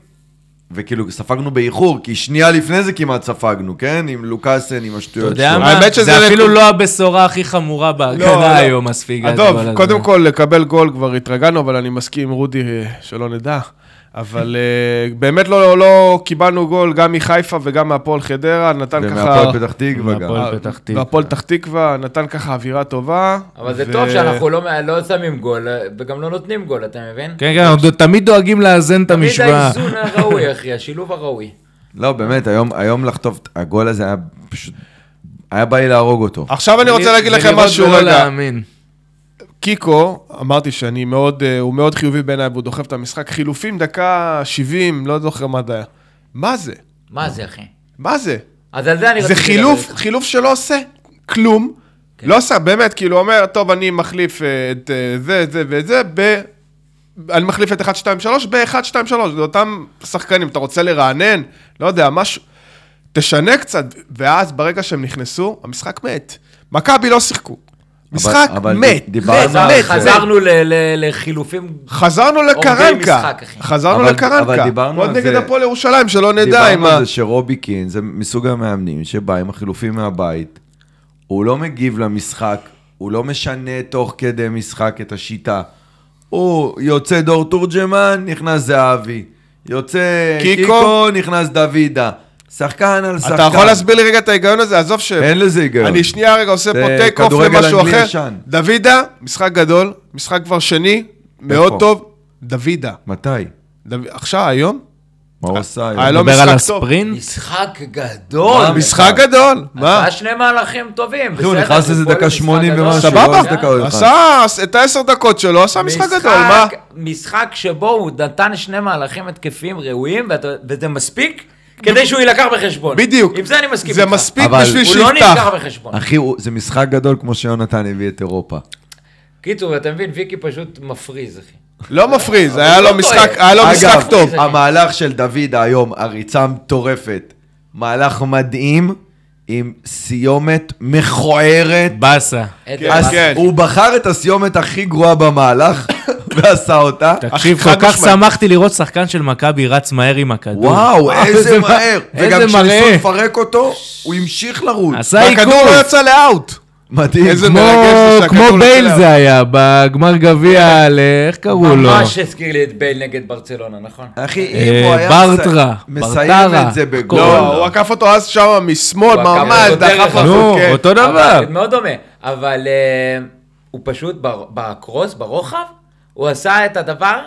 וכאילו ספגנו באיחור, כי שנייה לפני זה כמעט ספגנו, כן? עם לוקאסן, עם אתה השטויות יודע שלו. מה? לא, האמת שזה זה אפילו לכ- לא הבשורה הכי חמורה לא, לא. בהגנה היום, הספיגה. עזוב, הזו, אבל קודם זה- כל, לקבל גול כבר התרגלנו, אבל אני מסכים עם רודי, אה, שלא נדע. אבל אה, באמת לא- לא קיבלנו גול גם מחיפה וגם מהפועל חדרה, נתן ככה... ומהפועל פתח תקווה גם. מהפועל. פתח תקווה. והפועל פתח תקווה, נתן ככה אווירה טובה. אבל ו- זה טוב שאנחנו לא לא שמים גול, וגם לא נותנים גול, אתה מבין? כן, כן, אנחנו תמיד דואגים לאזן את תמיד המשוואה. האיזון הראוי, אחי, השילוב הראוי. לא, באמת, היום- היום לחטוף, הגול הזה היה פשוט... היה בא לי להרוג אותו. עכשיו אני רוצה להגיד לכם ולראות משהו ולא רגע. להאמין. קיקו, אמרתי שאני מאוד, אה, הוא מאוד חיובי בעיניי, והוא דוחף את המשחק. חילופים דקה 70, לא זוכר מה זה היה. מה זה? מה זה, אחי? מה זה? אז על זה אני זה רציתי חילוף, לדבר איתך. חילוף שלא עושה כלום. כן. לא עושה, באמת, כאילו, אומר, טוב, אני מחליף אה, את אה, זה, את זה ואת זה, ב... אני מחליף את 1, 2, 3 ב-1, 2, 3, זה אותם שחקנים, אתה רוצה לרענן? לא יודע, משהו... תשנה קצת, ואז ברגע שהם נכנסו, המשחק מת. מכבי לא שיחקו. משחק אבל מת, דיברנו מת, על מת. זה. חזרנו ל- ל- לחילופים חזרנו לקרנקה, משחק, אחי. חזרנו אבל- לקרנקה, אבל דיברנו עוד על נגד זה. הפועל ירושלים, שלא נדע אם... דיברנו ה- על זה שרובי קין זה מסוג המאמנים שבא עם החילופים מהבית, הוא לא מגיב למשחק, הוא לא משנה תוך כדי משחק את השיטה. הוא יוצא דור תורג'מן, נכנס זהבי. יוצא קיקו. קיקו, נכנס דוידה. שחקן על שחקן. אתה יכול להסביר לי רגע את ההיגיון הזה? עזוב ש... אין לזה היגיון. אני שנייה רגע עושה זה פה טייק אוף כדורגל למשהו אנגלי אחר. ישן. דוידה, משחק גדול, משחק כבר שני, מאוד טוב. דוידה, מתי? דו- עכשיו, היום? מה הוא עשה? היה לו- לא מדבר על משחק טוב. הספרינט? משחק גדול. מה, משחק גדול, מה? עשה שני מהלכים טובים. אחי, הוא בסדר, נכנס זה לזה פועל דקה משחק 80 גדול. ומשהו, סבבה. ואז דקה הוא אחד. עשה את העשר דקות שלו, עשה משחק גדול, מה? משחק שבו הוא נתן שני מהלכים התקפיים ראויים, ואתה- וזה מספיק כדי שהוא יילקח בחשבון. בדיוק. עם זה אני מסכים זה איתך. מספיק אבל בשביל הוא לא שיפתח. נלקח בחשבון. אחי, הוא- זה משחק גדול כמו שיונתן הביא את אירופה. קיצור, אתה מבין, ויקי פשוט מפריז, אחי. לא מפריז, אה, אבל היה הוא לו לא משחק- טועה. היה לו לא משחק אגב, טוב. המהלך של דוד היום, הריצה מטורפת, מהלך מדהים, עם סיומת מכוערת. באסה. את כן, ה- אז כן. הוא בחר את הסיומת הכי גרועה במהלך, [LAUGHS] ועשה אותה. תקשיב, אחי, כל חד כך משמעית. שמחתי לראות שחקן של מכבי רץ מהר עם הכדור. [LAUGHS] וואו, איזה מהר. וגם אה, איזה כשניסו מראה. לפרק אותו, הוא המשיך לרוץ. עשה הכדור עיכוב. לא יצא לאאוט. מדהים. איזה כמו- כמו- מרגש זה שהכדור כמו לא בייל יצא זה היה, בגמר גביע, על- איך לא. קראו לו? ממש הזכיר לי את בייל נגד ברצלונה, נכון? אחי, אה, אם הוא היה ברטרה, מסי- מסיים ברטרה. את זה בגול. לא, הוא עקף אותו אז שם משמאל, הוא עקף ממש, אותו דרך דחף ה- אותו, נו, כן. אותו דבר. אבל- מאוד דומה, אבל אה, הוא פשוט בר- בקרוס, ברוחב, הוא עשה את הדבר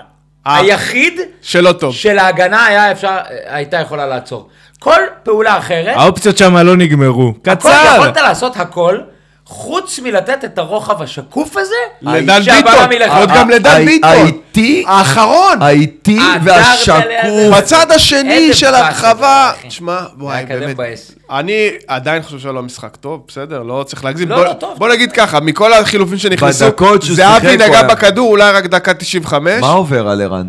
אה. היחיד שלא טוב. שלהגנה היה אפשר, הייתה יכולה לעצור. כל פעולה אחרת, האופציות שם לא נגמרו. הכל קצר! יכולת לעשות הכל, חוץ מלתת את הרוחב השקוף הזה, לדן שהבלם ביטון, ילך. עוד גם לדן הא- ביטון. האיטי, האחרון. האיטי האדרדלה והשקוף. הזה. בצד השני אה, איזה של באסה הרחבה. זה, אחי. תשמע, וואי, היה כזה באמת. מבאס. אני עדיין חושב שהיה לו משחק טוב, בסדר? לא צריך להגזים. לא, בוא- לא, טוב. בוא נגיד ככה, מכל החילופים שנכנסו, בדקות שהוא זהבי שיחק הוא נגע היה- בכדור אולי רק דקה 95. מה אוקיי. עובר על ערן?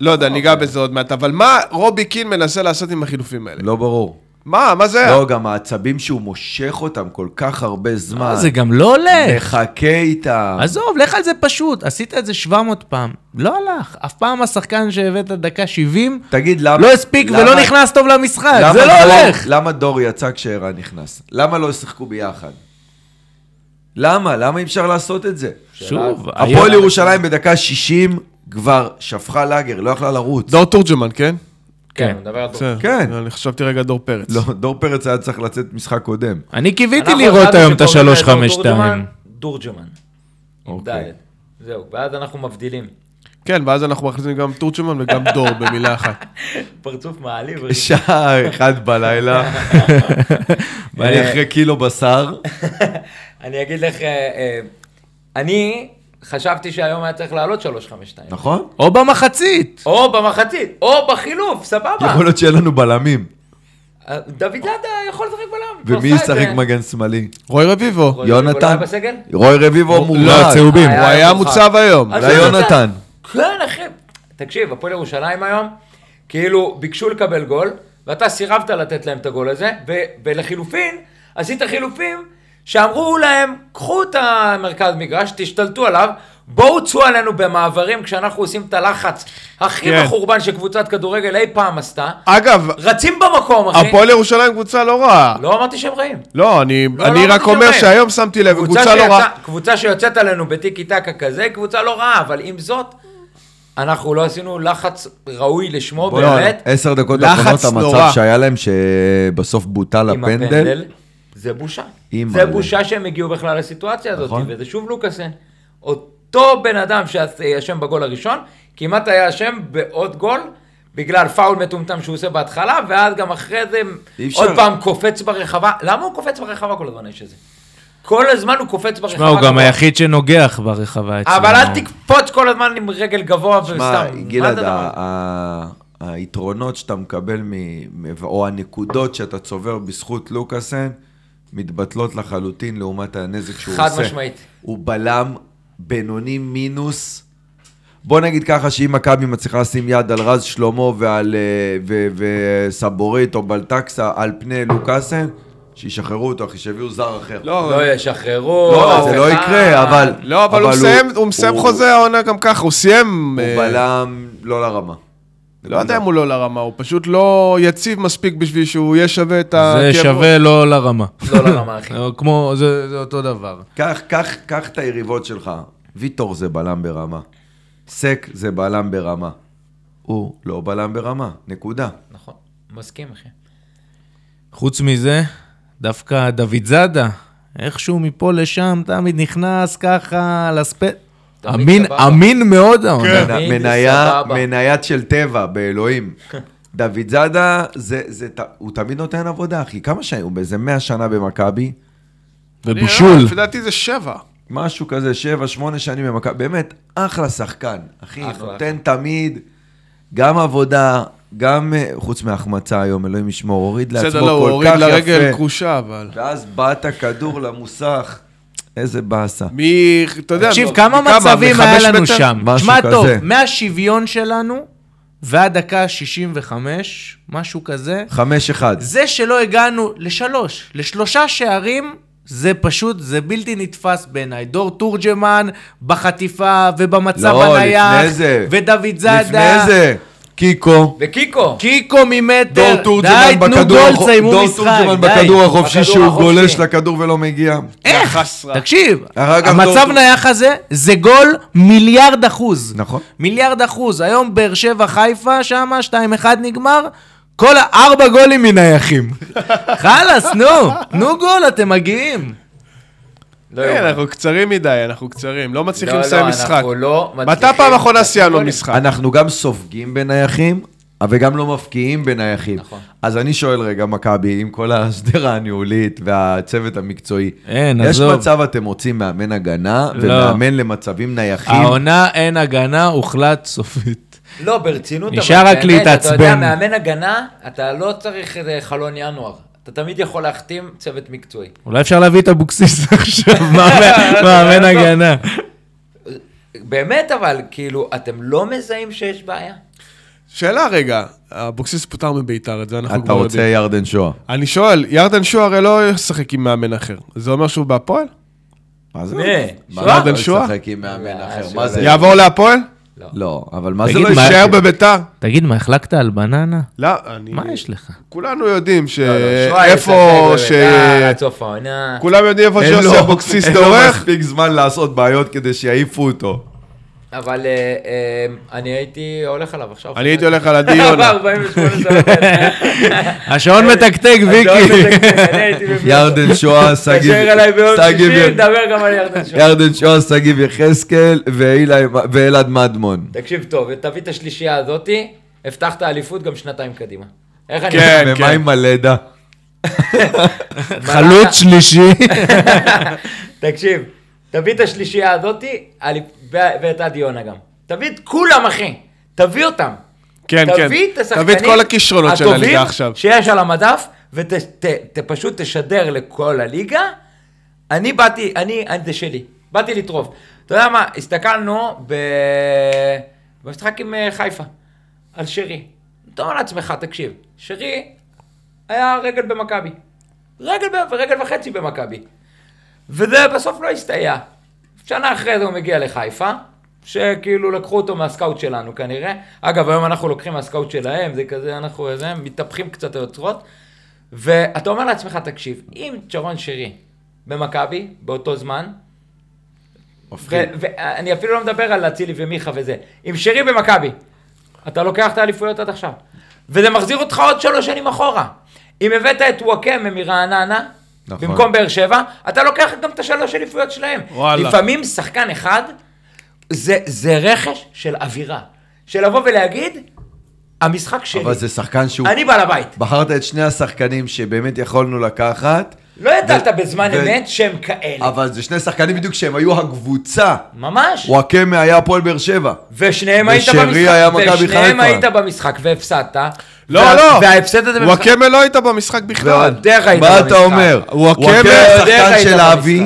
לא יודע, ניגע בזה עוד מעט. אבל מה רובי קין מנסה לעשות עם החילופים האלה? לא ברור. מה, מה זה? לא, גם העצבים שהוא מושך אותם כל כך הרבה זמן. מה, זה גם לא הולך. מחכה איתם. עזוב, לך על זה פשוט. עשית את זה 700 פעם. לא הלך. אף פעם השחקן שהבאת דקה 70 תגיד למה... לא הספיק למה- ולא נכנס טוב למשחק. למה זה לא דור- הולך. למה דור יצא כשערן נכנס? למה לא שיחקו ביחד? למה? למה אי אפשר לעשות את זה? שוב, הפועל ירושלים בדקה 60 כבר שפכה לאגר, לא יכלה לרוץ. דור תורג'מן, כן? כן, כן. הוא מדבר על דור. בסדר. כן. אני חשבתי רגע דור פרץ. לא, דור פרץ היה צריך לצאת משחק קודם. אני קיוויתי אנחנו לראות החלטנו היום את שקוראים לדור ה-352. תורג'מן, דורג'מן. עם אוקיי. ד'. זהו, ואז אנחנו מבדילים. כן, ואז אנחנו מכניסים גם תורג'מן וגם דור במילה אחת. פרצוף מעליב. [LAUGHS] שעה אחת [LAUGHS] בלילה, ואני אחרי קילו בשר. אני אגיד לך, אה, אה, אני חשבתי שהיום היה צריך לעלות 352. נכון? או במחצית. או במחצית, או בחילוף, סבבה. יכול להיות שיהיה לנו בלמים. אה, דוד זאדה יכול לשחק בלם. כבר ומי עשה את ישחק זה. מגן שמאלי? רוי רביבו. רוי רביבו לא יונתן? היה בסגל? רוי רביבו מורחק. לא, הצהובים. הוא היה מוצב היום. אה, אז אולי לא יונתן. כן, אחי. תקשיב, הפועל ירושלים היום, כאילו ביקשו לקבל גול, ואתה סירבת לתת להם את הגול הזה, ו- ולחילופין, עשית חילופים שאמרו להם, קחו את המרכז מגרש, תשתלטו עליו, בואו צאו עלינו במעברים כשאנחנו עושים את הלחץ הכי כן. מחורבן שקבוצת כדורגל אי פעם עשתה. אגב, רצים במקום, אחי. הפועל ירושלים קבוצה לא רעה. לא אמרתי שהם רעים. לא, אני לא, אני לא רק אמרתי אומר שהם. שהיום שמתי לב, קבוצה לא שיצא- רעה. קבוצה שיוצאת עלינו בטיקי טקה כזה, קבוצה לא רעה, אבל עם זאת, אנחנו לא עשינו לחץ ראוי לשמו, בוא'נה, באמת. עשר דקות לחץ האחרונות המצב נורא. שהיה להם שבסוף בוטל עם הפנדל, הפנדל. זה בושה. אימא'לה. זה בושה שהם הגיעו בכלל לסיטואציה הזאת, נכון. וזה שוב לוקאסן. אותו בן אדם שאשם בגול הראשון, כמעט היה אשם בעוד גול. בגלל פאול מטומטם שהוא עושה בהתחלה, ואז גם אחרי זה אי אפשר. עוד פעם קופץ ברחבה. למה הוא קופץ ברחבה כל הזמן, האיש הזה? כל הזמן הוא קופץ ברחבה. תשמע, הוא גם גבוה. היחיד שנוגח ברחבה אצלנו. אבל אל תקפוץ כל הזמן עם רגל גבוה וסתם. לא. שמע, מה גלעד, זה הדבר הזה? ה- ה- היתרונות שאתה מקבל, מ- מ- או הנקודות שאתה צובר בזכות לוקאסן, מתבטלות לחלוטין לעומת הנזק שהוא חד עושה. משמעית. הוא בלם בינוני מינוס. בוא נגיד ככה שאם מכבי מצליחה לשים יד על רז שלמה ועל אה, ו- וסבורית או בלטקסה על פני לוקאסן, שישחררו אותו, אחי, שיביאו זר אחר. לא ישחררו. אה, לא, זה אף לא אחד. יקרה, אבל... אה, לא, אבל הוא מסיים, הוא מסיים חוזה העונה גם ככה, הוא סיים... הוא אה, בלם לא לרמה. לא יודע אם הוא לא לרמה, הוא פשוט לא יציב מספיק בשביל שהוא יהיה שווה את ה... זה כאב ראש. שווה לא לרמה. לא לרמה, אחי. זה [LAUGHS] כמו, זה זה אותו דבר. קח, קח, קח את היריבות שלך. ויטור זה בלם ברמה. סק זה בלם ברמה. הוא לא בלם ברמה, נקודה. נכון, מסכים, אחי. חוץ מזה, דווקא דוד זאדה, איכשהו מפה לשם, תמיד נכנס ככה לספט. תמיד אמין, סבבה. אמין מאוד כן. העונה. מנ- תמיד מניה, סבבה. מניית של טבע, [LAUGHS] באלוהים. דוד זאדה, זה, זה, ת- הוא תמיד נותן עבודה, אחי. כמה שנים? הוא באיזה 100 שנה במכבי. ובישול. לפי דעתי זה שבע. משהו כזה, שבע, שמונה שנים במכבי, באמת, אחלה שחקן, אחי, אחלה. אחלה. נותן תמיד גם עבודה, גם, אה, חוץ מהחמצה היום, אלוהים ישמור, הוריד לעצמו בסדר, כל לא, הוא כך הוריד יפה. לרגל כרושה, אבל... ואז בעט כדור למוסך, איזה באסה. מי... אתה יודע... תקשיב, לא, כמה מצבים מחמש היה לנו מטר? שם. משהו תשמע טוב, כזה. מהשוויון שלנו ועד דקה 65, משהו כזה, חמש אחד. זה שלא הגענו לשלוש, לשלושה שערים, זה פשוט, זה בלתי נתפס בעיניי. דור תורג'מן בחטיפה ובמצב לא, הנייח, לפני זה. ודוד זאדה. לפני זה, קיקו, וקיקו! כן, קיקו ממטר, דור די, תורג'מן תנו בכדור, גול, הח- תסיימו דור משחק, תורג'מן די. בכדור החופשי בכדור שהוא החופשי. גולש לכדור ולא מגיע. איך? חסרה. תקשיב, הרג גם המצב דור- נייח הזה זה גול מיליארד אחוז. נכון. מיליארד אחוז. היום באר שבע חיפה, שמה, 2-1 נגמר, כל הארבע גולים מנייחים. [LAUGHS] חלאס, נו, תנו גול, אתם מגיעים. לא כן, יאומן. אנחנו קצרים מדי, אנחנו קצרים. לא מצליחים לא, לסיים לא, משחק. אנחנו לא מתי מצליחים. פעם אחרונה סיימנו גולים. משחק? אנחנו גם סופגים בנייחים, וגם לא מפקיעים בנייחים. נכון. אז אני שואל רגע, מכבי, עם כל השדרה הניהולית והצוות המקצועי, אין, יש עזוב. מצב אתם רוצים מאמן הגנה לא. ומאמן למצבים נייחים? העונה אין הגנה, הוחלט סופית. לא, ברצינות, נשאר רק באמת, להתעצבן. אתה יודע, מאמן הגנה, אתה לא צריך איזה חלון ינואר. אתה תמיד יכול להחתים צוות מקצועי. אולי אפשר להביא את אבוקסיס [LAUGHS] עכשיו, [LAUGHS] מאמן- מאמן הגנה. באמת, אבל, כאילו, אתם לא מזהים שיש אה, בעיה? שאלה רגע, אבוקסיס פוטר מביתר, את זה אנחנו אתה כבר רוצה יודעים. ירדן שואה. אני שואל, ירדן שועה הרי לא ישחק עם מאמן אחר. זה אומר שהוא בהפועל? מה זה? מי? מה שועה? אתה ירדן שועה? לא לשחק עם מאמן אה, אחר, שועה. מה זה? יעבור להפועל? לא, אבל מה זה תגיד, לא מה- יישאר יישאר? בביתר? תגיד, מה, החלקת על בננה? לא, אני... מה יש לך? כולנו יודעים לא, שועה שאיפה ישחק ש... בביתר עד סוף העונה. כולם יודעים איפה אין שיוסי לו- אבוקסיס אין לו דורך? מספיק זמן לעשות בעיות כדי שיעיפו אותו. אבל אה, אה, אני הייתי הולך עליו עכשיו. אני הייתי [LAUGHS] הולך על עדי יונה. 48 זה עובד. השעון מתקתק, אז לא ויקי. מתקתק, אני הייתי מבין. ירדן [LAUGHS] שואה, סגי... תתקשר אליי ביום סגי שישי, ו- נדבר גם על ירדן שואה. ירדן שואה, שגיב יחזקאל ואילי- ואלעד מדמון. תקשיב טוב, תביא את השלישייה הזאתי, הבטחת אליפות גם שנתיים קדימה. איך אני... [LAUGHS] כן, ומה עם הלדה? חלוץ שלישי. תקשיב, תביא את השלישייה הזאתי, אלי- ו- ואת עדי יונה גם. תביא את כולם, אחי. תביא אותם. כן, כן. תביא את השחקנים תביא את כל הכישרונות של הליגה הטובים עכשיו. שיש על המדף, ופשוט תשדר לכל הליגה. אני באתי, אני, אני- זה שלי. באתי לטרוף. אתה יודע מה, הסתכלנו ב... במשחק עם אה, חיפה, על שרי. אתה אומר לעצמך, תקשיב, שרי היה רגל במכבי. רגל, ב- ורגל וחצי במכבי. וזה בסוף לא הסתייע. שנה אחרי זה הוא מגיע לחיפה, שכאילו לקחו אותו מהסקאוט שלנו כנראה. אגב, היום אנחנו לוקחים מהסקאוט שלהם, זה כזה, אנחנו איזה, מתהפכים קצת היוצרות. ואתה אומר לעצמך, תקשיב, אם צ'רון שרי במכבי, באותו זמן, מפחיד. ו- ואני אפילו לא מדבר על אצילי ומיכה וזה, עם שרי במכבי, אתה לוקח את האליפויות עד עכשיו, וזה מחזיר אותך עוד שלוש שנים אחורה. אם הבאת את וואקמה מרעננה, נכון. נכון. במקום באר שבע, אתה לוקח גם את השלוש אליפויות שלהם. וואלה. לפעמים שחקן אחד, זה, זה רכש של אווירה. של לבוא ולהגיד, המשחק שלי. אבל זה שחקן שהוא... אני בעל הבית. בחרת את שני השחקנים שבאמת יכולנו לקחת, לא ידעת ו- בזמן ו- אמת שהם כאלה. אבל זה שני שחקנים בדיוק שהם היו הקבוצה. ממש. וואקמה היה הפועל באר שבע. ושניהם היית ושרי במשחק. היה מכבי ושניהם חיפה. היית במשחק והפסדת. לא, וה- לא. וההפסד הזה במשחק. וואקמה לא הייתה במשחק בכלל. ועוד איך היית מה במשחק. אתה אומר? וואקמה היה יודע שחקן היית של במשחק. אבי,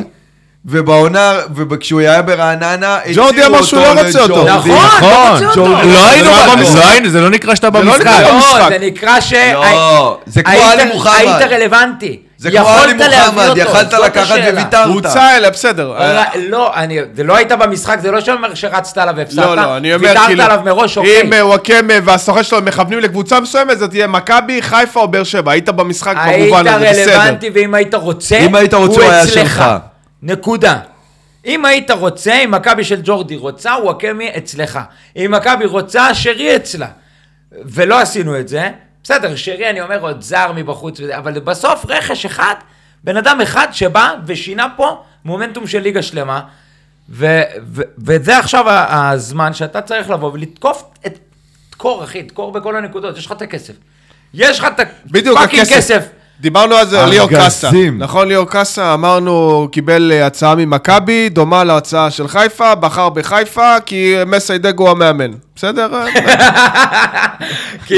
ובעונה, וכשהוא היה ברעננה, הציעו ג'ורדי אמר שהוא לא רוצה אותו. לג'ורדי. נכון, נכון, אתה מוציא ג'ורדי, אותו. לא היינו זה לא במשחק, במשחק. לא היינו, זה לא נקרא שאתה לא במשחק. נקרא לא, במשחק. זה נקרא ש... לא, זה כמו היית- עלי מוחמד. היית רלוונטי. זה כמו עלי יכולת להביא מוחמד, אותו, יכלת זאת לקחת השאלה. וויתרת. הוא הוצא אליה, בסדר. ר- לא, אני, זה לא היית במשחק, זה לא שאומר שרצת עליו והפסדת. לא, לא, אני אומר, ויתרת כאילו, עליו מראש, אוקיי. אם אה, וואקמה והסוכן שלו מכוונים לקבוצה מסוימת, זה תהיה מכבי, חיפה או באר שבע. היית במשחק במובן הזה, היית בסדר. רלוונטי, ואם היית רוצה, אם היית רוצה, הוא היה שלך. נקודה. אם היית רוצה, אם מכבי של ג'ורדי רוצה, וואקמי אצלך. אם מכבי רוצה, שרי אצלה. ולא עשינו את זה. בסדר, שרי, אני אומר, עוד זר מבחוץ, וזה, אבל בסוף רכש אחד, בן אדם אחד שבא ושינה פה מומנטום של ליגה שלמה. ו- ו- וזה עכשיו ה- הזמן שאתה צריך לבוא ולתקוף את... תקור, אחי, תקור בכל הנקודות, יש לך את הכסף. יש לך את בדיוק, הפאקינג כסף. דיברנו על זה, על ליאור קאסה. ארגזים. נכון, ליאור קאסה, אמרנו, קיבל אה, הצעה ממכבי, דומה להצעה של חיפה, בחר בחיפה, כי מסיידג הוא המאמן. בסדר? [LAUGHS] אה, לא. כי,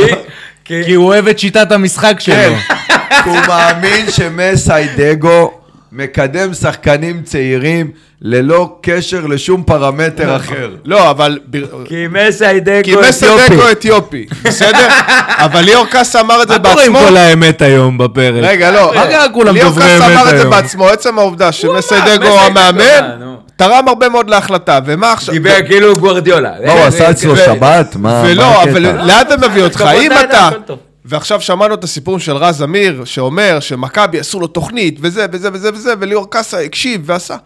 כי, כי הוא אוהב את שיטת המשחק כן, שלו. [LAUGHS] כי הוא מאמין שמסיידגו מקדם שחקנים צעירים ללא קשר לשום פרמטר נכון. כן. אחר. לא, אבל... [LAUGHS] ב- כי מסיידגו כי כאילו מסיידגו אתיופי, [LAUGHS] בסדר? אבל ליאור קאסה אמר את זה מה קורה עם בעצמו. כל האמת היום בפרק? רגע, לא. מה קרה כולם ליאור דוברי קאסה אמת אמר את זה היום? בעצמו, עצם העובדה שמסיידגו מסיידגו אה, המאמן, נו. תרם הרבה מאוד להחלטה, ומה עכשיו... דיבר כאילו גוורדיולה. מה, הוא אה, עשה אצלו ו- שבת? מה אה, מה ולא, הקטע? אבל לאן זה מביא אותך? כבוד אם לאדם, אתה... הכל טוב. ועכשיו שמענו את הסיפור של רז אמיר, שאומר שמכבי עשו לו תוכנית, וזה וזה וזה וזה, וליאור קאסה הקשיב ועשה.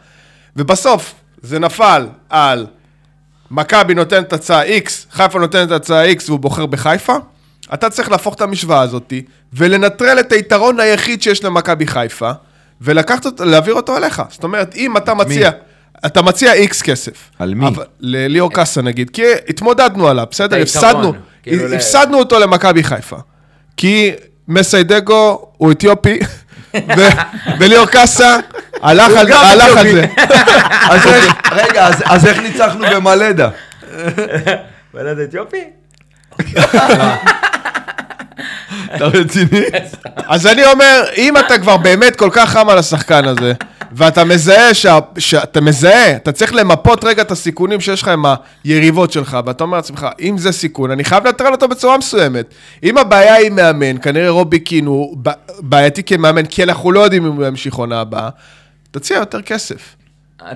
ובסוף זה נפל על מכבי נותנת הצעה X, חיפה נותנת הצעה X והוא בוחר בחיפה. אתה צריך להפוך את המשוואה הזאת ולנטרל את היתרון היחיד שיש למכבי חיפה ולקחת אותו, להעביר אותו אליך. זאת אומרת, אם אתה מציע, אתה מציע X כסף. על מי? אבל- לליאור קאסה נגיד, כי התמודדנו עליו, בסדר? היתרון, הפסדנו, כאילו, ל- הפסדנו אותו למכבי חיפה. כי מסיידגו הוא אתיופי, ו- וליאור קאסה הלך הוא על גם הלך על זה. אתיופי. [LAUGHS] אז איך- רגע, אז- אז איך ניצחנו במלדה? ולד אתיופי? אתה רציני? אז אני אומר, אם אתה כבר באמת כל כך חם על השחקן הזה, ואתה מזהה, שה- שאתה מזהה, אתה צריך למפות רגע את הסיכונים שיש לך עם היריבות שלך, ואתה אומר לעצמך, אם זה סיכון, אני חייב לנטרל אותו בצורה מסוימת. אם הבעיה היא מאמן, כנראה רובי קין הוא ב- בעייתי כמאמן, כי אנחנו לא יודעים אם הוא ימשיך עונה הבאה, תציע יותר כסף.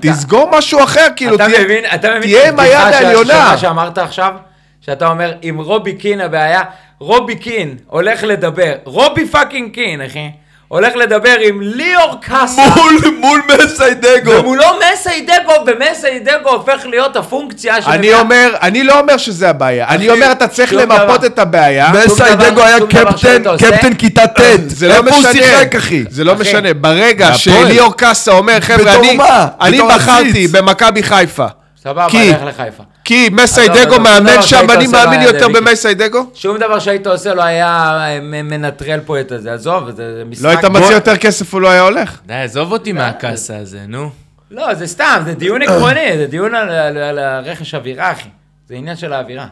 תסגור משהו אחר, כאילו, אתה תהיה- מבין, אתה מבין, תהיה עם היד הבדיחה שה- העליונה. שלך שאמרת עכשיו, שאתה אומר, אם רובי קין הבעיה, רובי קין הולך לדבר, רובי פאקינג קין, אחי, הולך לדבר עם ליאור קאסה. מול- מול מסיידגו. ומולו מסיידגו, ומסיידגו הופך להיות הפונקציה של... אני אומר, אני לא אומר שזה הבעיה, אני אומר, אתה צריך שום למפות דבר. את הבעיה. אה, מסיידגו היה שום דבר קפטן, שאתה עושה. קפטן כיתה ט'. זה לא איפה הוא משנה. שיחק, אחי? זה לא אחי. משנה. ברגע מהפועל. שליאור קאסה אומר, חבר'ה, בתור אני, מה? אני בתור בחרתי עציץ." במכבי חיפה. סבבה, כי- לך לחיפה. כי עזוב, מסיידגו עזוב, מאמן דבר שם, שהיית אני עושה מאמין בעיה, יותר מיקי. במסיידגו? שום דבר שהיית עושה לא היה אה, מ- מנטרל פה את הזה, עזוב, זה זה משחק... לא היית בוא- מציע יותר כסף, הוא לא היה הולך. די, עזוב אותי מהקאסה הזה, נו. לא, זה סתם, זה דיון עקרוני, זה דיון על- על על הרכש אווירה, אחי. זה עניין של האווירה.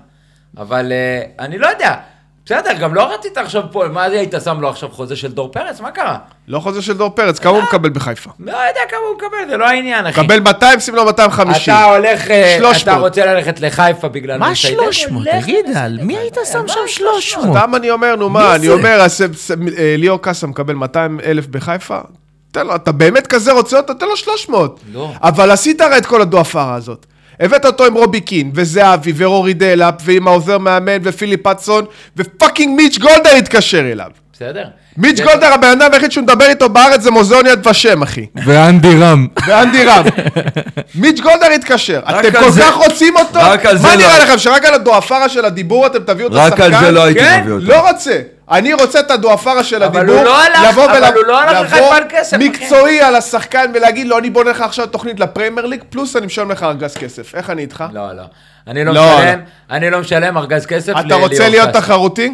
אבל אה, אני לא יודע. בסדר, גם לא רצית עכשיו פה, מה זה היית שם לו עכשיו חוזה של דור פרץ? מה קרה? לא חוזה של דור פרץ, כמה הוא מקבל בחיפה? לא יודע כמה הוא מקבל, זה לא העניין, אחי. קבל 200, שים לו 250. אתה הולך, אה, 300. אתה רוצה ללכת לחיפה בגלל מה מוסיידגו? 300? לך תגיד, למוסיידגו. על מי היית שם מה שם 300? סתם אני אומר, נו מה, אני אומר, אז, ס- אה, ליאור קאסה מקבל 200 אלף בחיפה? תן לו, אתה באמת כזה רוצה אותו? תן לו 300. לא. אבל עשית הרי את כל הדואפרה הזאת. הבאת אותו עם רובי קין, וזהבי, ורורי דלאפ, ועם העוזר מאמן, ופיליפ אצון, ופאקינג מיץ' גולדר התקשר אליו. בסדר. מיץ' כן. זה- גולדר, הבן אדם היחיד שהוא מדבר איתו בארץ זה מוזיאון יד ושם, [LAUGHS] אחי. [LAUGHS] ואנדי רם. ואנדי רם. מיץ' גולדר התקשר. רק אתם על כל זה- כך רוצים אותו? רק על זה מה לא. נראה לכם, שרק על הדואפרה של הדיבור אתם תביאו אותו רק שחקן? על זה לא הייתי כן, מביא אותו. לא רוצה. אני רוצה את הדואפרה של אבל הדיבור. הוא לא הלך- לבוא אבל ול- הוא לא הלך לבוא לחיפה על כסף, אחי. מקצועי על השחקן ולהגיד לו, אני בונה לך עכשיו תוכנית לפריימר ליג, פלוס אני משלם לך ארגז כסף. איך אני איתך? לא, לא. אני לא לא, משלם, אני לא משלם ארגז כסף אתה לא רוצה להיות תחרותי?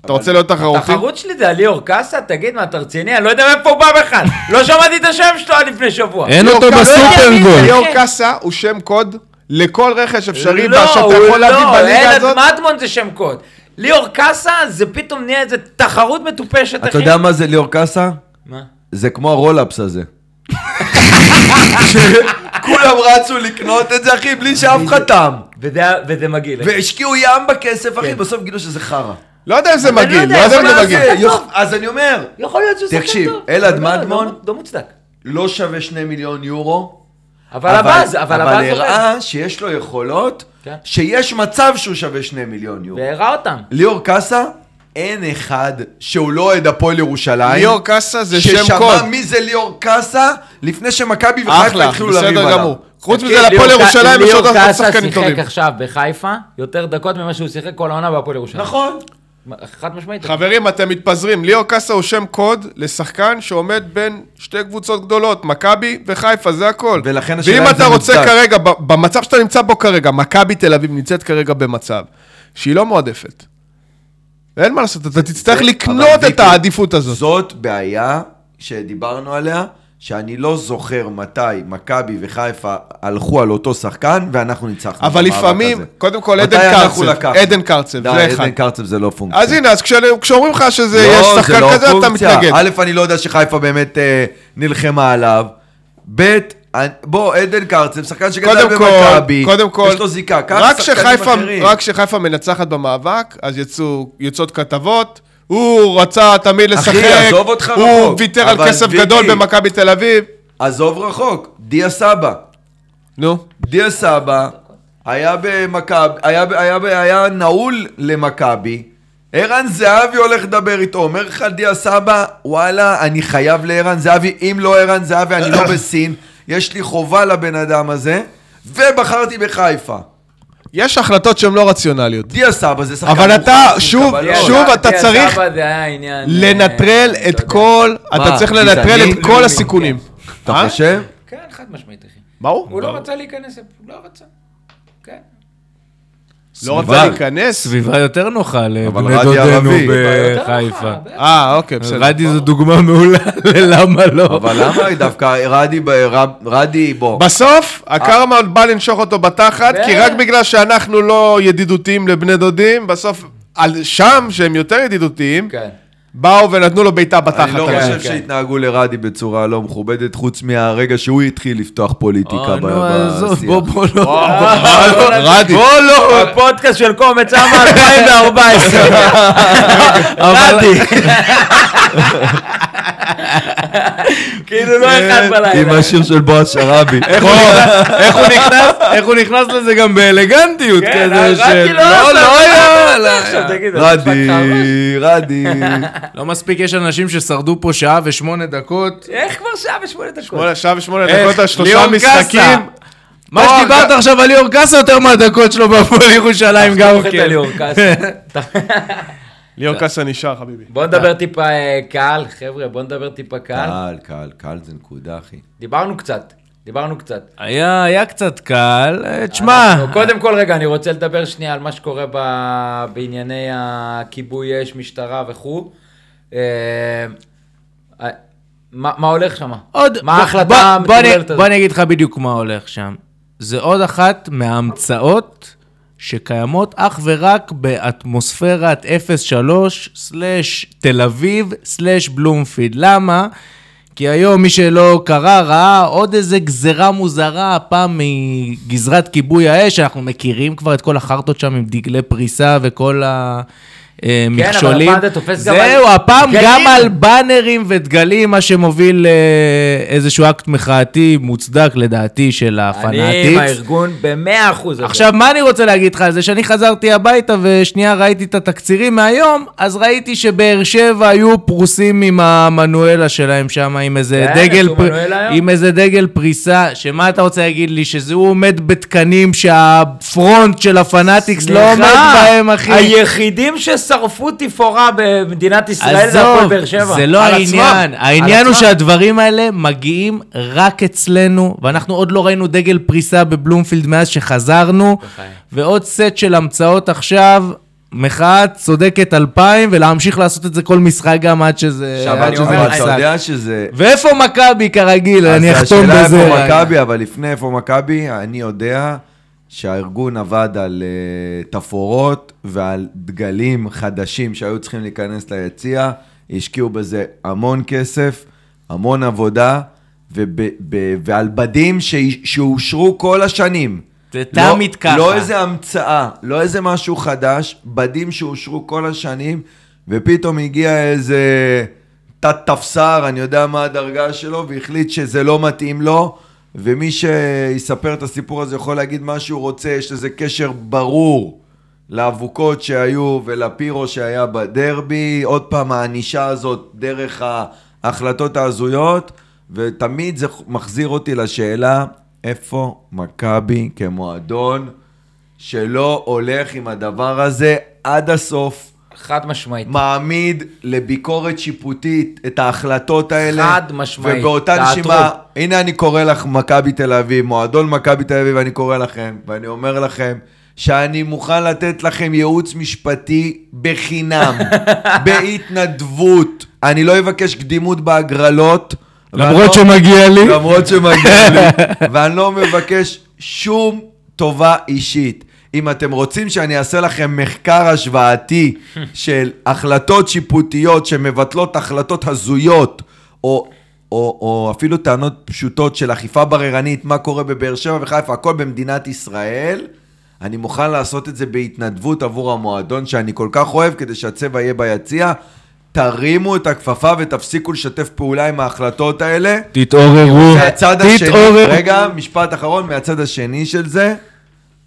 אתה רוצה להיות תחרותי? התחרות שלי זה על ליאור קאסה? תגיד, מה, אתה רציני? אני לא יודע מאיפה הוא בא בכלל. לא שמעתי את השם שלו עד לפני שבוע. אין ליאור לא אותו קאסה- בסופרגול. ליאור קאסה הוא שם קוד לכל רכש אפשרי, כן. לא, שאתה הוא יכול להביא לא, בליגה אלעד הזאת. מדמון זה שם קוד. ליאור קאסה זה פתאום נהיה איזה תחרות מטופשת, אחי. אתה יודע מה זה ליאור קאסה? מה? זה כמו הרולאפס הזה. שכולם רצו לקנות את זה, אחי, בלי שאף אחד טעם. וזה- וזה מגעיל. אחי. והשקיעו ים בכסף, אחי, בסוף גילו שזה חרא. לא יודע אם זה אני לא מגעיל, יודע, לא יודע אם אבל זה מה מגעיל. זה? יוח- אז אני אומר, יכול להיות שהוא שחקן טוב. תקשיב, אבל אלעד לא, לא, מדמון- לא מוצדק. לא שווה שני מיליון יורו, אבל הבאז, אבל אבל הבאז עובד. הראה שיש לו יכולות, כן. שיש מצב שהוא שווה שני מיליון יורו. והראה אותם. ליאור קאסה, אין אחד שהוא לא אוהד הפועל ירושלים. ליאור קאסה זה שם קוד. ששמע מי זה ליאור קאסה לפני שמכבי וחיפה אחלה, התחילו לריב בסדר עליו. כן, גמור. חוץ מזה, תקשיב, להפועל ליאור ק- ירושלים יש עוד ליאור קאסה שחקנים טובים. שיחק עכשיו בחיפה יותר דקות ממה שהוא שיחק כל העונה בהפועל ירושלים. נכון. חד משמעית. חברים, אתם מתפזרים. ליאור קאסה הוא שם קוד לשחקן שעומד בין שתי קבוצות גדולות, מכבי וחיפה, זה הכל. ולכן השאלה ואם אם אתה זה רוצה מוצדק. כרגע, ב- במצב שאתה נמצא בו כרגע, מכבי תל אביב נמצאת כרגע במצב שהיא לא מועדפת. אין מה לעשות, אתה תצטרך אבל לקנות את ויקי, העדיפות הזאת. זאת בעיה שדיברנו עליה, שאני לא זוכר מתי מכבי וחיפה הלכו על אותו שחקן ואנחנו ניצחנו. אבל במאבק לפעמים, הזה. קודם כל מתי עדן אנחנו קרצב, לקחנו? עדן קרצב, די, זה אחד. עדן קרצב זה לא פונקציה. אז הנה, אז כשאני- כשאומרים לך שזה לא, יש זה שחקן לא כזה, אתה פונקציה. מתנגד. א', אני לא יודע שחיפה באמת אה, נלחמה עליו. ב', אני- בוא, עדן קרצב, שחקן שגדל קודם במכבי, כל, קודם כל, יש לו זיקה, ככה רק שחקנים כשחיפה- אחרים. רק כשחיפה מנצחת במאבק, אז יצאו, יוצאות כתבות, הוא רצה תמיד אחי, לשחק, עזוב אותך הוא רחוק, ויתר על אבל כסף ויקי- גדול במכבי תל אביב. עזוב רחוק, דיה סבא. נו, דיה סבא היה במכבי, היה, ב- היה, ב- היה נעול למכבי. ערן זהבי הולך לדבר איתו, אומר לך דיה סבא, וואלה, אני חייב לערן זהבי, אם לא ערן זהבי, אני לא בסין, יש לי חובה לבן אדם הזה, ובחרתי בחיפה. יש החלטות שהן לא רציונליות. דיה סבא זה שחקן... אבל מוכן, אתה, עושים שוב, קבלות. שוב, אתה דיה צריך סבא זה היה עניין, לנטרל אה, את אתה יודע. כל, אתה מה, לא צריך לנטרל גזעני? את כל לאומי, הסיכונים. אתה אה? חושב? כן, חד משמעית, אחי. מה הוא? הוא לא רצה להיכנס, הוא לא רצה. כן. לא סביבה. רצה להיכנס? סביבה יותר נוחה לבני רדי דודינו ערבי. לא בחיפה. אה, אוקיי, בסדר. רדי זו דוגמה מעולה [LAUGHS] ללמה לא. אבל למה דווקא רדי, ב- רב- רדי, בוא. בסוף, הקרמה עוד בא לנשוך אותו בתחת, ו- כי רק בגלל שאנחנו לא ידידותיים לבני דודים, בסוף, על שם, שהם יותר ידידותיים, כן. באו ונתנו לו בעיטה אני בתחת. לא אתה יודע. חושב כן. שהתנהגו לרדי בצורה לא מכובדת, חוץ מהרגע שהוא התחיל לפתוח פוליטיקה ב- אה, נו, עזוב, בשיח. בוא, בוא, לא. רדי. בוא לא, הפודקאסט של קומץ עם [LAUGHS] 2014. אבל- כאילו לא אחד אה, עם בלילה. השיר של בועז שרבי. [LAUGHS] איך הוא [LAUGHS] איך הוא נכנס- איך הוא נכנס לזה גם באלגנטיות כן, כזה אבל רדי של... לא עשה, לא, לא אבל היה, לא עכשיו אה, היה. תגיד, אתה רדי, נשפט לך הראש? רדי. [LAUGHS] לא מספיק, יש אנשים ששרדו פה שעה ושמונה דקות. איך כבר שעה ושמונה דקות? שמונה, שעה ושמונה דקות על שלושה ליאור קאסה. משחקים. מה אור, שדיברת ג- עכשיו על ליאור קאסה יותר מהדקות שלו [LAUGHS] בהפועל ירושלים גם תחתוך את כן. הליאור [LAUGHS] קאסה. ליאור קאסה נשאר, חביבי. בוא נדבר טיפה אה, קהל, חבר'ה, בוא נדבר טיפה קהל. אה. קהל, קהל, קהל זה נקודה, אחי. דיברנו קצת, דיברנו קצת. [LAUGHS] היה היה קצת קל, אה, תשמע, אנחנו- לא, קודם כל, רגע, אני רוצה לדבר שנייה על מה שקורה ב- בענייני הכיבוי אש, משטרה וכו'. אה, אה, מה מה הולך שם? עוד... מה בוא- ההחלטה בוא- בוא אני- המטורללת הזאת? בוא אני אגיד לך בדיוק מה הולך שם. זה עוד אחת מההמצאות שקיימות אך ורק באטמוספירת 03/תל אביב/בלומפילד. למה? כי היום מי שלא קרא ראה עוד איזה גזרה מוזרה, הפעם מגזרת כיבוי האש, אנחנו מכירים כבר את כל החרטות שם עם דגלי פריסה וכל כן, אבל המכשולים. הפעם אתה תופס גם על... זהו, הפעם דגלים. גם על באנרים ודגלים, מה שמוביל אה, איזשהו אקט מחאתי מוצדק לדעתי של אני עם הפנאטיקס. הארגון במאה אחוז. הזה. עכשיו, מה אני רוצה להגיד לך על זה? שאני חזרתי הביתה ושנייה ראיתי את התקצירים מהיום, אז ראיתי שבאר שבע היו פרוסים עם המנואלה שלהם שם, עם איזה כן, דגל... עשו פר- מנואלה היום? עם איזה דגל פריסה, שמה אתה רוצה להגיד לי? שזה הוא עומד בתקנים שהפרונט של הפנאטיקס לא עומד סליחה, בהם, אחי. היחידים ששרפו תפאורה במדינת ישראל זה הפועל עזוב, באר שבע. זה לא על העניין. עצמם. על העניין הוא עצמם. שהדברים האלה מגיעים רק אצלנו, ואנחנו עוד לא ראינו דגל פריסה בבלומפילד מאז שחזרנו, בחיים. ועוד סט של המצאות עכשיו. מחאה צודקת אלפיים, ולהמשיך לעשות את זה כל משחק גם עד שזה... שבת עד שזה שזה, יפסק. אתה יודע שזה... ואיפה מכבי כרגיל? אז אני אחתום בזה. השאלה איפה רק. מכבי, אבל לפני איפה מכבי, אני יודע שהארגון עבד על אה, תפאורות ועל דגלים חדשים שהיו צריכים להיכנס ליציע, השקיעו בזה המון כסף, המון עבודה, וב, ב, ועל בדים ש, שאושרו כל השנים. זה לא- תמיד ככה. לא איזה המצאה, לא איזה משהו חדש, בדים שאושרו כל השנים, ופתאום הגיע איזה תת-תפסר, אני יודע מה הדרגה שלו, והחליט שזה לא מתאים לו, ומי שיספר את הסיפור הזה יכול להגיד מה שהוא רוצה, יש לזה קשר ברור לאבוקות שהיו ולפירו שהיה בדרבי, עוד פעם הענישה הזאת דרך ההחלטות ההזויות, ותמיד זה מחזיר אותי לשאלה, איפה מכבי כמועדון שלא הולך עם הדבר הזה עד הסוף, חד משמעית. מעמיד לביקורת שיפוטית את ההחלטות האלה. חד משמעית, ובאותה תעתרו. נשימה, הנה אני קורא לך מכבי תל אביב, מועדון מכבי תל אביב, אני קורא לכם, ואני אומר לכם, שאני מוכן לתת לכם ייעוץ משפטי [LAUGHS] בחינם, בהתנדבות. אני לא אבקש קדימות בהגרלות. ואני לא- למרות שמגיע לי. למרות שמגיע לי, ואני לא מבקש שום טובה אישית. אם אתם רוצים שאני אעשה לכם מחקר השוואתי של החלטות שיפוטיות שמבטלות החלטות הזויות, או, או, או אפילו טענות פשוטות של אכיפה בררנית, מה קורה בבאר שבע וחיפה, הכל במדינת ישראל, אני מוכן לעשות את זה בהתנדבות עבור המועדון שאני כל כך אוהב, כדי שהצבע יהיה ביציע. תרימו את הכפפה ותפסיקו לשתף פעולה עם ההחלטות האלה. תתעוררו. מהצד השני, תתעוררו. רגע, משפט אחרון, מהצד השני של זה,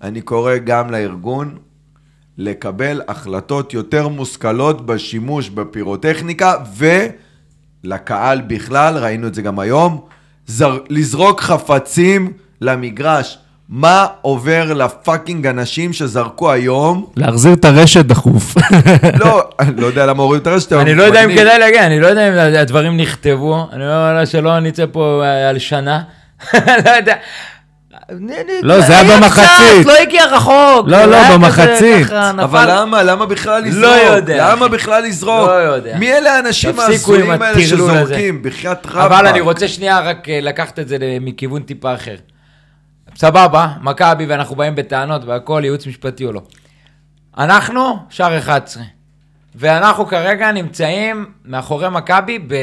אני קורא גם לארגון לקבל החלטות יותר מושכלות בשימוש בפירוטכניקה ולקהל בכלל, ראינו את זה גם היום, זר, לזרוק חפצים למגרש. מה עובר לפאקינג אנשים שזרקו [LAUGHS] היום? להחזיר את הרשת דחוף. לא, אני לא יודע למה הורידו את הרשת, אבל אני לא יודע אם מגניב. כדאי להגיד, אני לא יודע אם הדברים נכתבו, אני לא יודע שלא נצא פה אה, על שנה, [LAUGHS] לא יודע. לא, זה היה במחצית. קצת, לא הגיע רחוק. לא, זה לא, היה כזה במחצית. ככה, נפל. אבל למה? למה בכלל לא לזרוק? יודע, למה אחי. בכלל לזרוק? לא יודע. מי אלה האנשים תפסיקו עם ההזויים האלה הטרלול הזה. שזורקים? בחייאת רבאק. אבל אני רוצה שנייה רק אה, לקחת את זה ל- מכיוון טיפה אחר. סבבה, מכבי ואנחנו באים בטענות והכל, ייעוץ משפטי או לא. אנחנו, שער 11. ואנחנו כרגע נמצאים מאחורי מכבי ב...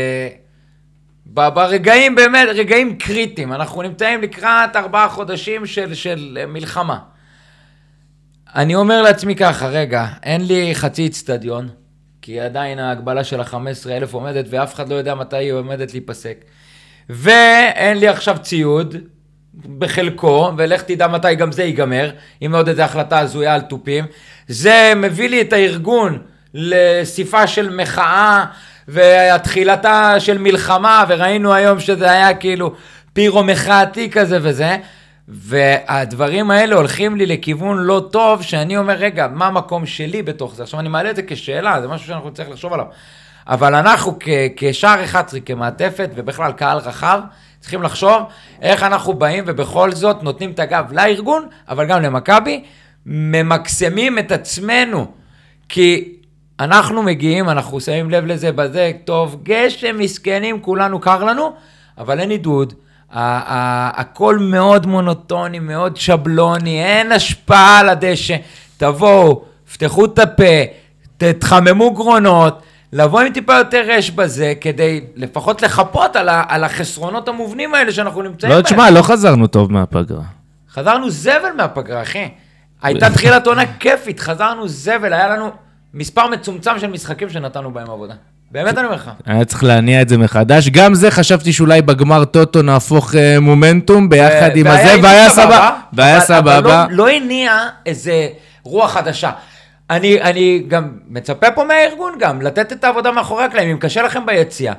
ב- ברגעים באמת, רגעים קריטיים. אנחנו נמצאים לקראת ארבעה חודשים של, של אה, מלחמה. אני אומר לעצמי ככה, רגע, אין לי חצי אצטדיון, כי עדיין ההגבלה של ה-15,000 עומדת, ואף אחד לא יודע מתי היא עומדת להיפסק. ואין לי עכשיו ציוד, בחלקו, ולך תדע מתי גם זה ייגמר, אם עוד איזו החלטה הזויה על תופים. זה מביא לי את הארגון לסיפה של מחאה, ותחילתה של מלחמה, וראינו היום שזה היה כאילו פירו מחאתי כזה וזה. והדברים האלה הולכים לי לכיוון לא טוב, שאני אומר, רגע, מה המקום שלי בתוך זה? עכשיו, אני מעלה את זה כשאלה, זה משהו שאנחנו נצטרך לחשוב עליו. אבל אנחנו כ- כשער 11, כמעטפת, ובכלל קהל רחב, צריכים לחשוב איך אנחנו באים ובכל זאת נותנים את הגב לארגון, אבל גם למכבי, ממקסמים את עצמנו. כי אנחנו מגיעים, אנחנו שמים לב לזה בזה, טוב, גשם, מסכנים, כולנו קר לנו, אבל אין עידוד. ה- ה- הכל מאוד מונוטוני, מאוד שבלוני, אין השפעה על הדשא. תבואו, פתחו את הפה, ת- תחממו גרונות, לבוא עם טיפה יותר אש בזה, כדי לפחות לחפות על, ה, על החסרונות המובנים האלה שאנחנו נמצאים לא, בהם. תשמע, לא חזרנו טוב מהפגרה. חזרנו זבל מהפגרה, אחי. הייתה תחילת עונה כיפית, חזרנו זבל, היה לנו מספר מצומצם של משחקים שנתנו בהם עבודה. באמת אני אומר לך. היה צריך להניע את זה מחדש. גם זה חשבתי שאולי בגמר טוטו נהפוך אה, מומנטום ביחד עם והיה הזה, איזון והיה סבבה. והיה אבל- אבל סבבה. לא- לא הניע איזה רוח חדשה. אני, אני גם מצפה פה מהארגון גם, לתת את העבודה מאחורי הקלעים, אם קשה לכם ביציאה.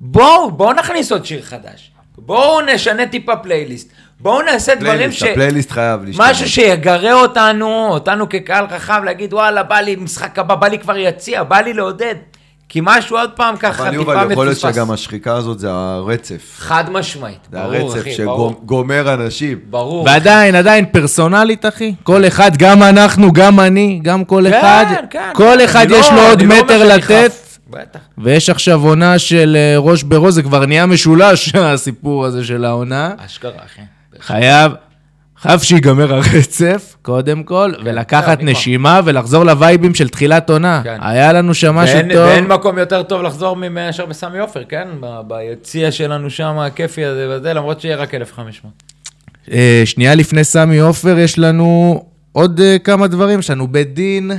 בואו, בואו נכניס עוד שיר חדש. בואו נשנה טיפה פלייליסט. בואו נעשה דברים פלייליסט, ש... הפלייליסט חייב להשתנות. משהו שיגרה אותנו, אותנו כקהל חכם, להגיד וואלה, בא לי משחק הבא, בא לי כבר יציע, בא לי לעודד. כי משהו עוד פעם ככה אבל טיפה יובל, יכול להיות מפוספס. שגם השחיקה הזאת זה הרצף. חד משמעית, זה ברור הרצף אחי, ברור. שגומר אנשים. ברור. ועדיין, עדיין, פרסונלית, אחי. כל אחד, גם אנחנו, גם אני, גם כל כן, אחד. כן. כל אחד אני יש לא- לו עוד אני לא אומר מטר שאני לתת. חף. בטח. ויש עכשיו עונה של אה, ראש בראש, זה כבר נהיה משולש, [LAUGHS] הסיפור הזה של העונה. אשכרה, אחי. חייב, חייב שיגמר הרצף, קודם כל, זהו, ולקחת נגמר. נשימה ולחזור לווייבים של תחילת עונה. כן. היה לנו שם משהו ואין, טוב. ואין מקום יותר טוב לחזור מאשר בסמי עופר, כן? ב- ביציע שלנו שם, הכיפי הזה וזה, למרות שיהיה רק 1,500. אה, שנייה לפני סמי עופר, יש לנו עוד אה, כמה דברים, יש לנו בית דין,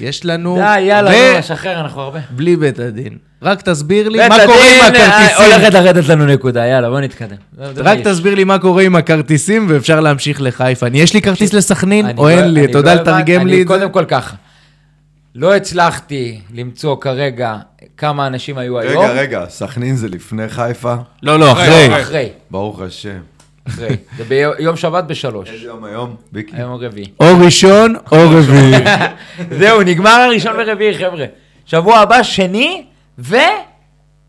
יש לנו... די, יאללה, ו- נו, לשחרר, אנחנו הרבה. בלי בית הדין. רק תסביר לי בית מה קורה עם הדין, אה, הכרטיסים. הולכת לרדת לנו נקודה, יאללה, בוא נתקדם. לא, זה רק מרגיש. תסביר לי מה קורה עם הכרטיסים, ואפשר להמשיך לחיפה. אני, יש לי כרטיס לסכנין, אני או לא- אין לי? אני אתה יודע לא הבנ- לתרגם לי אני את זה? קודם כל ככה. לא הצלחתי למצוא כרגע כמה אנשים היו היום. רגע, רגע, סכנין זה לפני חיפה? לא, לא, אחרי. אחרי, ברוך השם. אחרי. זה ביום שבת בשלוש. איזה יום היום? ויקי. היום רביעי. או ראשון, [LAUGHS] או רביעי. זהו, נגמר הראשון ורביעי, חבר'ה. שבוע הבא, שני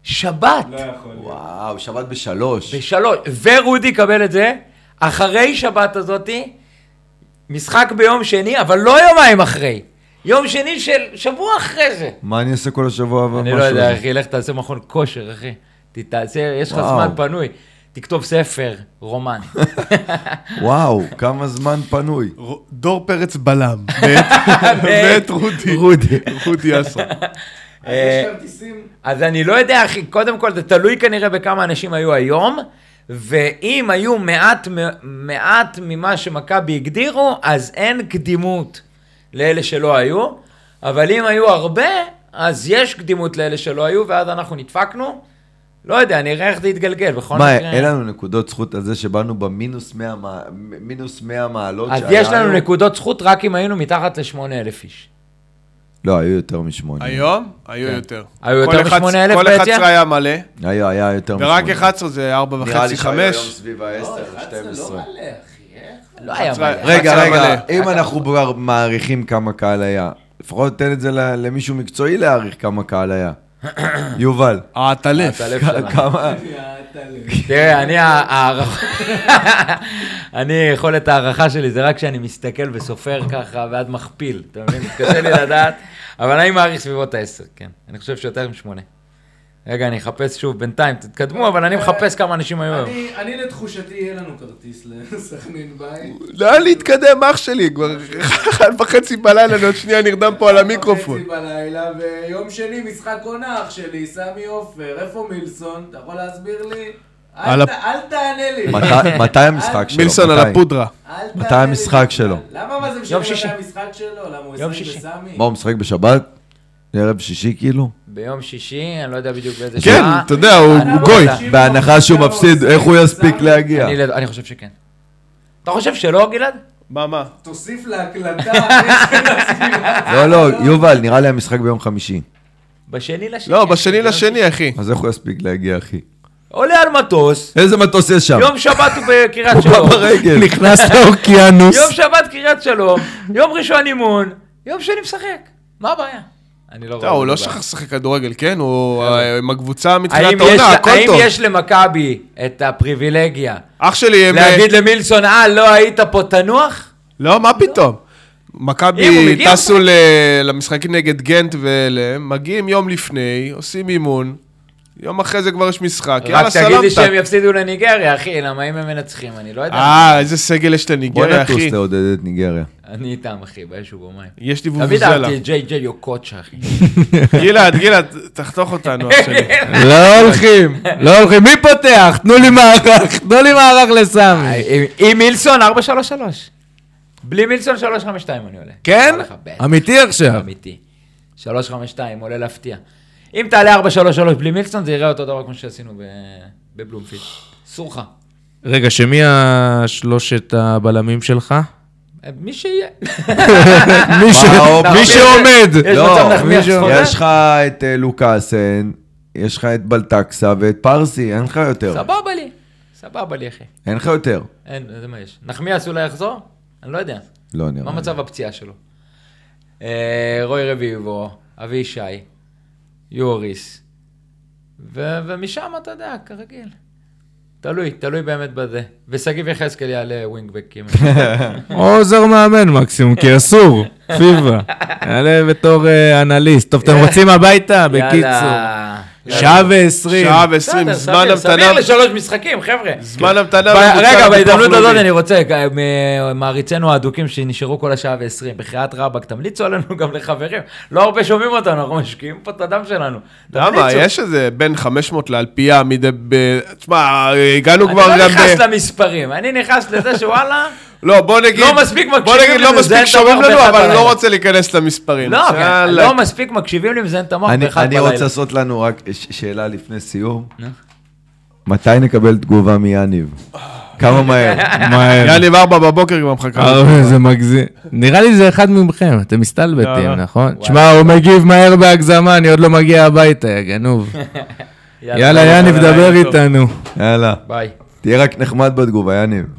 ושבת. לא, וואו, שבת בשלוש. בשלוש. ורודי יקבל את זה, אחרי שבת הזאתי, משחק ביום שני, אבל לא יומיים אחרי. יום שני של שבוע אחרי זה. מה אני אעשה כל השבוע הבא? אני לא משהו יודע, הזה? אחי, לך תעשה מכון כושר, אחי. ת- תעשה, יש לך וואו. זמן פנוי. תכתוב ספר, רומן. וואו, כמה זמן פנוי. ר- דור פרץ בלם, ואת- ואת רודי, רודי, רודי אסרה. אה, אז אני לא יודע, אחי, קודם כל זה תלוי כנראה בכמה אנשים היו היום, ואם היו מעט, מ- מעט ממה שמכבי הגדירו, אז אין קדימות לאלה שלא היו, אבל אם היו הרבה, אז יש קדימות לאלה שלא היו, ואז אנחנו נדפקנו. לא יודע, נראה איך זה יתגלגל, בכל מה, מקרה. אין לנו נקודות זכות על זה שבאנו במינוס 100 מע- מינוס 100 מעלות אז שהיה יש לנו היום? נקודות זכות רק אם היינו מתחת ל-8,000 איש. לא, היו יותר משמונה. היום? היו יותר. היו כל יותר אחד- מ-8,000 כל ביציע? 11 היה מלא, היה, היה יותר ורק 11 זה 4 נראה לי וחצי, שהיו היום 5. סביב ה-10, 12. לא היה עשרה- מלא. רגע, עשרה רגע, מלא. אם אנחנו כבר מעריכים כמה קהל היה, לפחות תן את זה ל- למישהו מקצועי להעריך כמה [COUGHS] קהל היה. יובל, אה, העטלף. הלב שלנו. [LAUGHS] כמה... תראה, אני הערכה... [LAUGHS] אני, יכולת ההערכה שלי זה רק כשאני מסתכל וסופר ככה, ואז מכפיל, אתה מבין? קשה לי לדעת, אבל אני מעריך סביבות העשר, כן. אני חושב שיותר משמונה. רגע, אני אחפש שוב בינתיים, תתקדמו, אבל אני מחפש כמה אנשים היו היום. אה. אני לתחושתי, יהיה לנו כרטיס לסכנין בית. לאן לא, להתקדם, אח שלי? כבר אחת וחצי בלילה, אני עוד שנייה נרדם פה על המיקרופון. בלילה, ויום שני משחק עונה אח שלי, סמי עופר, איפה מילסון? אתה יכול להסביר לי? על אל ת- ת- אל תענה לי. מתי- מתי המשחק שלו? מילסון על מתי? הפודרה. אל תענה מתי לי המשחק בכלל. שלו? למה מה זה משנה יום מתי שישי. המשחק שלו? למה הוא יום 20 שישי. בסמי? מה, הוא משחק בשבת? ערב שישי כאילו? ביום שישי, אני לא יודע בדיוק באיזה כן, שעה. אתה יודע, הוא אני לא גוי. יודע. בהנחה לא שהוא מפסיד, איך הוא יספיק להגיע? אני לא- אני חושב שכן. אתה חושב שלא, גלעד? מה, מה? תוסיף להקלטה. יש לי להסביר. לא, לא, יובל, נראה לי המשחק ביום חמישי. בשני לשני. לא, בשני לשני, אחי. אז איך הוא יספיק להגיע, אחי? עולה על מטוס, איזה מטוס יש שם? יום שבת הוא בקריית הוא בא שלום. ברגל. נכנס לאוקיינוס. [LAUGHS] יום שבת קריית שלום, יום ראשון אימון, יום שני משחק. מה הבעיה? אני לא לא, הוא לא שכח לשחק כדורגל, כן? הוא אה, עם הקבוצה מתחילת האם יש- העונה, הכל האם טוב. יש למכבי את הפריבילגיה אח שלי, הם... אה, להגיד למילסון, אה, לא היית פה תנוח? לא, מה פתאום? אם הוא מכבי מגיע, טסו ל... למשחקים נגד גנט ואלה, מגיעים יום לפני, עושים אימון, יום אחרי זה כבר יש משחק, רק יאללה תגיד לי כן, סלמת. שהם יפסידו לניגריה, אחי, למה אם הם מנצחים, אני לא יודע. אה, איזה סגל יש בוא לניגריה, נטוס אחי. לעודד את ניגריה. אני איתם, אחי, באש ובמים. יש לי תמיד וובוזלה. אהבתי את ג'יי ג'יי יוקוצ'ה, אחי. כן. גלעד, גלעד, תחתוך [LAUGHS] אותנו אח שלי. לא הולכים, לא הולכים. מי פותח? תנו לי מערך, תנו לי מערך לסמי. עם- עם מילסון, 433. בלי מילסון, 352 אני עולה. כן? אומר לך, בטח. אמיתי עכשיו. אמיתי. 352, עולה להפתיע. אם תעלה 433 בלי מילסון, זה יראה אותו דבר כמו שעשינו ב- בבלומפילד. אסור לך. רגע, שמי השלושת הבלמים שלך? מי שיהיה. [LAUGHS] מי ש- וואו. מי שעומד. יש מצב נחמיאס מישהו- חוזר? לא, יש לך את אה, לוקאסן, יש לך את בלטקסה ואת פרסי, אין לך יותר. סבבה לי. סבבה לי, אחי. אין לך יותר. אין, זה מה יש. נחמיאס אולי יחזור? אני לא יודע. לא נראה. מה לי. מצב הפציעה שלו? אה, רוי רביבו, אבישי, יוריס, ו- ומשם אתה יודע, כרגיל. תלוי, תלוי באמת בזה. ושגיב יחזקאל יעלה ווינגבק כמעט. או עוזר מאמן מקסימום, כי אסור. פיבה. יעלה בתור אה, אנליסט. טוב, אתם רוצים הביתה? בקיצור. יאללה. שעה ועשרים. שעה בסדר, ועשרים, זמן סביר, המתנה. סביר לשלוש משחקים, חבר'ה. זמן המתנה. ב- בקבוצה רגע, לביטוח בהזדמנות הזאת לאומי. אני רוצה, כ- מ- אה, מעריצינו האדוקים שנשארו כל השעה ועשרים, בחייאת רבאק, תמליצו עלינו גם לחברים. לא הרבה שומעים אותנו, אנחנו משקיעים פה את הדם שלנו. למה? תמליצו. יש איזה בין 500 לאלפייה מדי... ב- תשמע, הגענו אני כבר לא גם... אה, נכנס ב- למספרים, אני נכנס לזה [LAUGHS] שוואלה, לא, בוא נגיד... לא מספיק בוא מקשיבים נגיד, לי לא מזיין מספיק את שומעים המוח לנו, באחד אבל אני בלילה. לא רוצה להיכנס למספרים. לא, כן. יאללה. לא מספיק מקשיבים לי מזיין את המוח אני- באחד אני בלילה. רוצה לעשות לנו רק ש- שאלה לפני סיום. נו. מתי נקבל תגובה מיאניב? כמה [LAUGHS] מהר? [LAUGHS] מהר. יאללה, ארבע בבוקר כבר מחכה. אה, זה מגזים. נראה לי זה אחד מכם, אתם מסתלבטים, לא, לא. נכון? תשמע, הוא מגיב מהר בהגזמה, אני עוד לא מגיע הביתה, יא [LAUGHS] גנוב. יאללה, יאניב, דבר לילה טוב. איתנו. יאללה. ביי. תהיה רק נחמד בתגובה, יאניב.